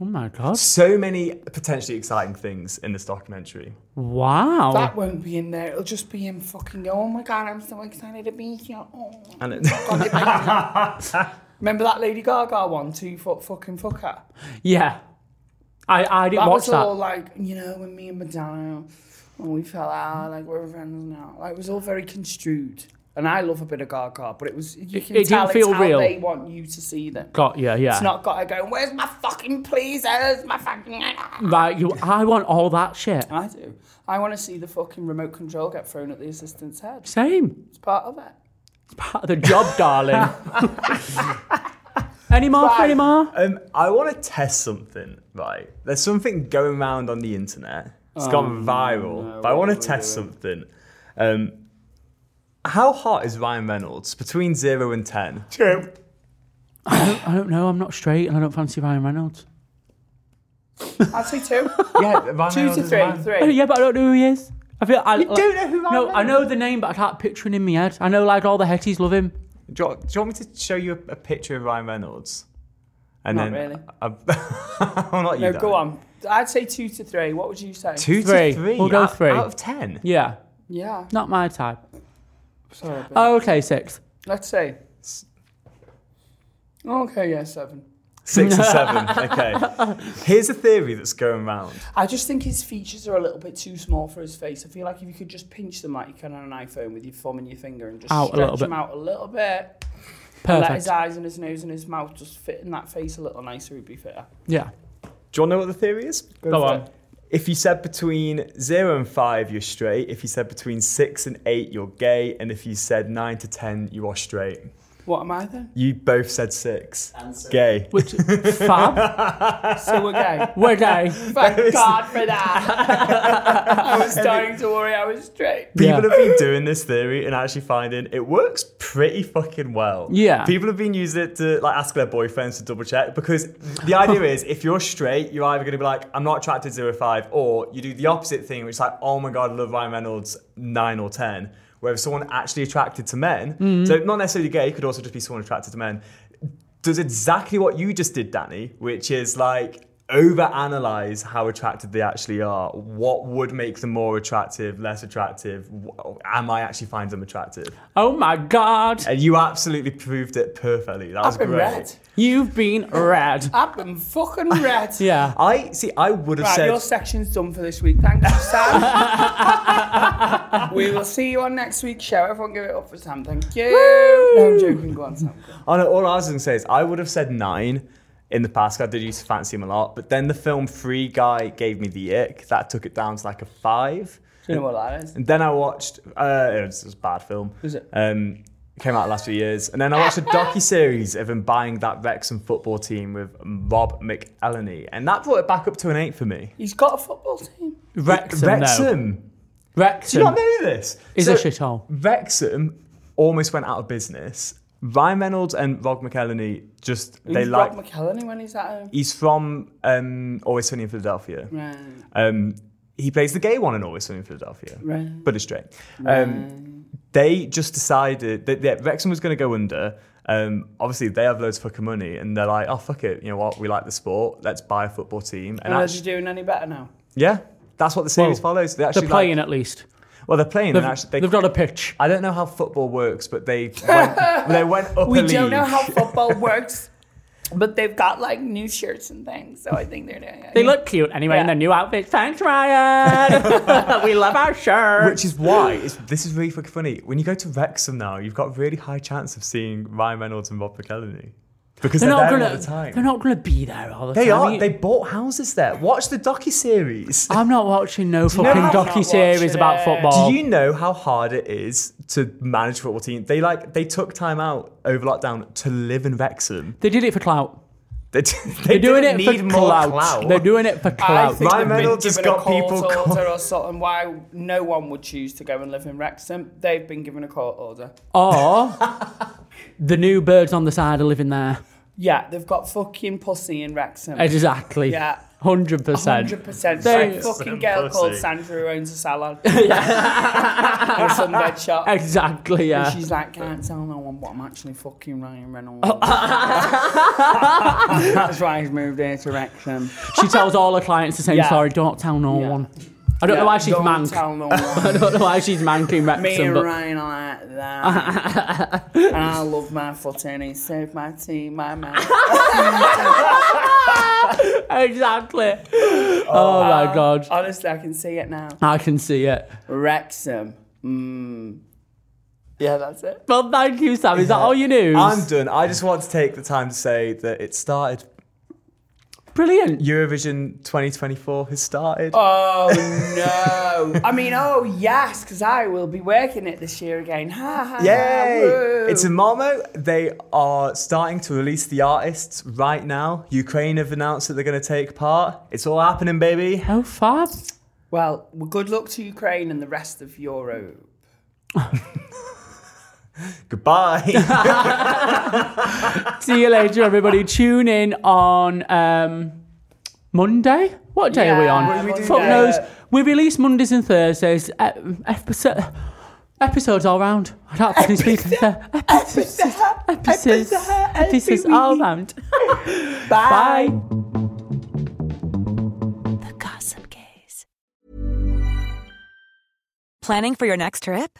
[SPEAKER 3] Oh my god.
[SPEAKER 5] So many potentially exciting things in this documentary.
[SPEAKER 3] Wow.
[SPEAKER 2] That won't be in there. It'll just be him fucking. Oh my god, I'm so excited to be here. [laughs] Oh.
[SPEAKER 5] And it,
[SPEAKER 2] Remember that Lady Gaga one, two foot fucking fucker.
[SPEAKER 3] yeah. I, I didn't
[SPEAKER 2] That
[SPEAKER 3] watch
[SPEAKER 2] was
[SPEAKER 3] that.
[SPEAKER 2] all like you know when me and Madonna, when we fell out, like we're friends now. Like it was all very construed. And I love a bit of Gaga, but it was you
[SPEAKER 3] It-
[SPEAKER 2] can
[SPEAKER 3] it didn't
[SPEAKER 2] tell it's
[SPEAKER 3] feel
[SPEAKER 2] how
[SPEAKER 3] real.
[SPEAKER 2] they want you to see them.
[SPEAKER 3] Got yeah, yeah.
[SPEAKER 2] It's not got to go. Where's my fucking pleasers? My fucking.
[SPEAKER 3] Like you, I want all that shit.
[SPEAKER 2] I do. I want to see the fucking remote control get thrown at the assistant's head.
[SPEAKER 3] Same. [laughs]
[SPEAKER 2] It's part of it.
[SPEAKER 3] It's part of the job,
[SPEAKER 5] [laughs]
[SPEAKER 3] darling. any more? for Any more?
[SPEAKER 5] um, I want to test something, right? There's something going around on the internet. It's gone
[SPEAKER 2] Oh,
[SPEAKER 5] viral, but I want to test something. Um, how hot is Ryan Reynolds between zero
[SPEAKER 2] [laughs]
[SPEAKER 5] and ten? Two.
[SPEAKER 3] I don't know. I'm not straight, and I don't fancy Ryan Reynolds.
[SPEAKER 2] I'd say [laughs] two.
[SPEAKER 5] Yeah, Ryan
[SPEAKER 2] two to
[SPEAKER 5] Reynolds is
[SPEAKER 2] three.
[SPEAKER 5] Ryan-
[SPEAKER 3] Oh,
[SPEAKER 2] Three.
[SPEAKER 3] yeah, but I don't know who he is. I feel I, you
[SPEAKER 5] don't know who Ryan
[SPEAKER 3] No, I know the name, but I can't picture him in my head. I know like all the Hetties love him.
[SPEAKER 5] Do you, do you want me to show you a, a picture of Ryan Reynolds? And
[SPEAKER 2] Not
[SPEAKER 5] then
[SPEAKER 2] really.
[SPEAKER 5] I, [laughs] am not you.
[SPEAKER 2] No,
[SPEAKER 5] Dan.
[SPEAKER 2] go on. I'd say two to three. What would you say?
[SPEAKER 5] Two
[SPEAKER 3] Three.
[SPEAKER 5] to three.
[SPEAKER 3] We'll go
[SPEAKER 5] out,
[SPEAKER 3] three.
[SPEAKER 5] out of ten.
[SPEAKER 3] Yeah,
[SPEAKER 2] Yeah.
[SPEAKER 3] not my type. Oh,
[SPEAKER 2] Sorry. babe.
[SPEAKER 3] Okay, six.
[SPEAKER 2] Let's say. Okay, yeah, seven.
[SPEAKER 5] Six
[SPEAKER 3] [laughs]
[SPEAKER 5] or seven. Okay. Here's a theory that's going round.
[SPEAKER 2] I just think his features are a little bit too small for his face. I feel like if you could just pinch them like you can on an iPhone with your thumb and your finger and just
[SPEAKER 3] Out a little
[SPEAKER 2] stretch them
[SPEAKER 3] bit.
[SPEAKER 2] out a little bit, and let
[SPEAKER 3] Perfect.
[SPEAKER 2] his eyes and his nose and his mouth just fit in that face a little nicer, would be fitter.
[SPEAKER 3] Yeah.
[SPEAKER 5] Do you want to know what the theory is?
[SPEAKER 3] Go on.
[SPEAKER 5] If you said between zero and five, you're straight. If you said between six and eight, you're gay. And if you said nine to ten, you are straight.
[SPEAKER 2] What am I then?
[SPEAKER 5] You both said six. Gay.
[SPEAKER 3] Which fab?
[SPEAKER 2] So we're gay.
[SPEAKER 3] We're
[SPEAKER 5] [laughs]
[SPEAKER 3] gay.
[SPEAKER 2] Thank God for that. [laughs] I was starting to worry I was straight.
[SPEAKER 5] People
[SPEAKER 3] Yeah.
[SPEAKER 5] have been doing this theory and actually finding it works pretty fucking well.
[SPEAKER 3] Yeah.
[SPEAKER 5] People have been using it to like ask their boyfriends to double check because the idea is if you're straight, you're either gonna be like, I'm not attracted to zero five, or you do the opposite thing, which is like, oh my god, I love Ryan Reynolds nine or ten. Where if someone actually attracted to men, so not necessarily gay, could also just be someone attracted to men, does exactly what you just did, Danny, which is like overanalyze how attracted they actually are. What would make them more attractive, less attractive? Wh- Am I actually find them attractive?
[SPEAKER 3] Oh my god.
[SPEAKER 5] And you absolutely proved it perfectly. That was
[SPEAKER 2] I've been
[SPEAKER 5] great.
[SPEAKER 2] red.
[SPEAKER 3] You've been red.
[SPEAKER 2] I've been [laughs] fucking red.
[SPEAKER 3] Yeah.
[SPEAKER 5] I see. I would have
[SPEAKER 2] Right,
[SPEAKER 5] said
[SPEAKER 2] your section's done for this week. Thank you, Sam. we will see you on next week's show. Everyone give it up for Sam. Thank you. No, I'm joking. Go on, Sam. Go on.
[SPEAKER 5] Oh no, all I was gonna say is I would have said nine in the past. 'cause I did used to fancy him a lot, but then the film Free Guy gave me the ick. That took it down to like a five.
[SPEAKER 2] Do you know what that is?
[SPEAKER 5] And then I watched. Uh, it, was, it was a bad film.
[SPEAKER 2] Was it?
[SPEAKER 5] Um, it came out the last few years, and then I watched a docu series of him buying that Wrexham football team with Rob McElhenney, and that brought it back up to an eight for me.
[SPEAKER 2] He's got a football team.
[SPEAKER 3] Wrexham. though.
[SPEAKER 5] Wrexham. Do
[SPEAKER 3] Wrexham.
[SPEAKER 5] you not know this?
[SPEAKER 3] Is
[SPEAKER 5] So-
[SPEAKER 3] a shithole.
[SPEAKER 5] Wrexham almost went out of business. Ryan Reynolds and Rob McElhenney just they
[SPEAKER 2] He's
[SPEAKER 5] like
[SPEAKER 2] Rob McElhenney when he's at home.
[SPEAKER 5] he's from um, Always Sunny in Philadelphia.
[SPEAKER 2] Right.
[SPEAKER 5] Um, he plays the gay one in Always Sunny in Philadelphia,
[SPEAKER 2] Right.
[SPEAKER 5] but it's straight. Um, They just decided that yeah, Wrexham was going to go under. Um, obviously, they have loads of fucking money, and they're like, "Oh fuck it, you know what? We like the sport. Let's buy a football team." And
[SPEAKER 3] Oh,
[SPEAKER 2] Are
[SPEAKER 5] actually,
[SPEAKER 2] you doing any better now?
[SPEAKER 5] yeah, that's what the series
[SPEAKER 3] Well,
[SPEAKER 5] follows. They actually
[SPEAKER 3] They're playing
[SPEAKER 5] Like,
[SPEAKER 3] at least.
[SPEAKER 5] well, they're playing.
[SPEAKER 3] They've,
[SPEAKER 5] and actually, they
[SPEAKER 3] they've got a pitch.
[SPEAKER 5] I don't know
[SPEAKER 3] [laughs]
[SPEAKER 5] how football works, but they went, they went up
[SPEAKER 2] We
[SPEAKER 5] a
[SPEAKER 2] [laughs]
[SPEAKER 5] league.
[SPEAKER 2] don't know how football works. But they've got like new shirts and things, so I think they're doing it.
[SPEAKER 3] They look cute anyway in their new outfits. Thanks,
[SPEAKER 5] [laughs]
[SPEAKER 3] Ryan. we love our shirt.
[SPEAKER 5] [laughs] Which is why it's, this is really fucking funny. When you go to Wrexham now, you've got a really high chance of seeing Ryan Reynolds and Rob McElhenney because they're,
[SPEAKER 3] not
[SPEAKER 5] there
[SPEAKER 3] gonna.
[SPEAKER 5] all the time.
[SPEAKER 3] They're not gonna be there all the
[SPEAKER 5] They
[SPEAKER 3] time.
[SPEAKER 5] are.
[SPEAKER 3] You-
[SPEAKER 5] They bought houses there. Watch the docu series.
[SPEAKER 3] I'm not watching
[SPEAKER 5] [laughs]
[SPEAKER 3] no
[SPEAKER 5] you know
[SPEAKER 3] fucking
[SPEAKER 5] how-
[SPEAKER 3] docu series about football.
[SPEAKER 5] Do you know how hard it is to manage football team? They like they took time out over lockdown to live in Wexham.
[SPEAKER 3] They did it for clout.
[SPEAKER 5] [laughs] They, d- they
[SPEAKER 3] They're doing
[SPEAKER 5] didn't
[SPEAKER 3] it for
[SPEAKER 5] need more
[SPEAKER 3] clout. They're doing it for
[SPEAKER 2] I
[SPEAKER 3] clout.
[SPEAKER 2] think
[SPEAKER 5] My
[SPEAKER 2] they've
[SPEAKER 5] medal
[SPEAKER 2] been
[SPEAKER 5] just
[SPEAKER 2] given
[SPEAKER 5] got
[SPEAKER 2] a call
[SPEAKER 5] people
[SPEAKER 2] to
[SPEAKER 5] caught.
[SPEAKER 2] order or something. Why no one would choose to go and live in Wrexham? They've been given a court order.
[SPEAKER 5] [laughs]
[SPEAKER 3] Or the new birds on the side are living there.
[SPEAKER 2] Yeah, they've got fucking pussy in Wrexham.
[SPEAKER 3] Exactly.
[SPEAKER 2] Yeah.
[SPEAKER 3] Hundred percent.
[SPEAKER 2] Hundred percent.
[SPEAKER 3] They-
[SPEAKER 2] Some fucking girl
[SPEAKER 5] Pussy.
[SPEAKER 2] called Sandra who owns a salon. [laughs] yeah. or some bed shop.
[SPEAKER 3] Exactly.
[SPEAKER 2] And
[SPEAKER 3] Yeah.
[SPEAKER 2] she's like, can't tell no one, but I'm actually fucking Ryan Reynolds. That's why he's moved here to Wrexham.
[SPEAKER 3] She tells all her clients the same
[SPEAKER 2] Yeah.
[SPEAKER 3] story. Don't tell no
[SPEAKER 2] Yeah.
[SPEAKER 3] one. I don't know why she's
[SPEAKER 2] Don't
[SPEAKER 3] mank.
[SPEAKER 2] tell no
[SPEAKER 3] I
[SPEAKER 2] one.
[SPEAKER 3] don't know why she's manking
[SPEAKER 2] [laughs] Me and
[SPEAKER 3] Wrexham, but
[SPEAKER 2] Ryan are like that. and I love my foot and he saved my team, my man. [laughs]
[SPEAKER 3] exactly. Oh, my god,
[SPEAKER 2] Honestly, I can see it now.
[SPEAKER 3] I can see it.
[SPEAKER 2] Wrexham. Mm. Yeah, that's it.
[SPEAKER 3] Well, thank you, Sam. Is that all you knew?
[SPEAKER 5] I'm done. I just want to take the time to say that it started.
[SPEAKER 3] Brilliant.
[SPEAKER 5] Eurovision 2024 has started.
[SPEAKER 2] Oh no! I mean, oh yes, because I will be working it this year again. Ha ha!
[SPEAKER 5] Yay!
[SPEAKER 2] woo.
[SPEAKER 5] It's in Malmo. They are starting to release the artists right now. Ukraine have announced that they're going to take part. It's all happening, baby. [laughs]
[SPEAKER 3] Oh, fab.
[SPEAKER 2] well, well, good luck to Ukraine and the rest of Europe.
[SPEAKER 5] Goodbye. [laughs]
[SPEAKER 3] See you
[SPEAKER 2] [laughs]
[SPEAKER 3] later, everybody. Tune in on um, Monday. What day are we
[SPEAKER 2] Yeah,
[SPEAKER 3] on?
[SPEAKER 2] What do we do
[SPEAKER 3] Fuck
[SPEAKER 2] there?
[SPEAKER 3] knows. We release Mondays and Thursdays. Uh, episode, episodes all round. I don't fucking speak. Episodes. Episodes. Episodes
[SPEAKER 2] [laughs]
[SPEAKER 3] all round. Bye.
[SPEAKER 1] The Gossip Gaze. Planning for your next trip?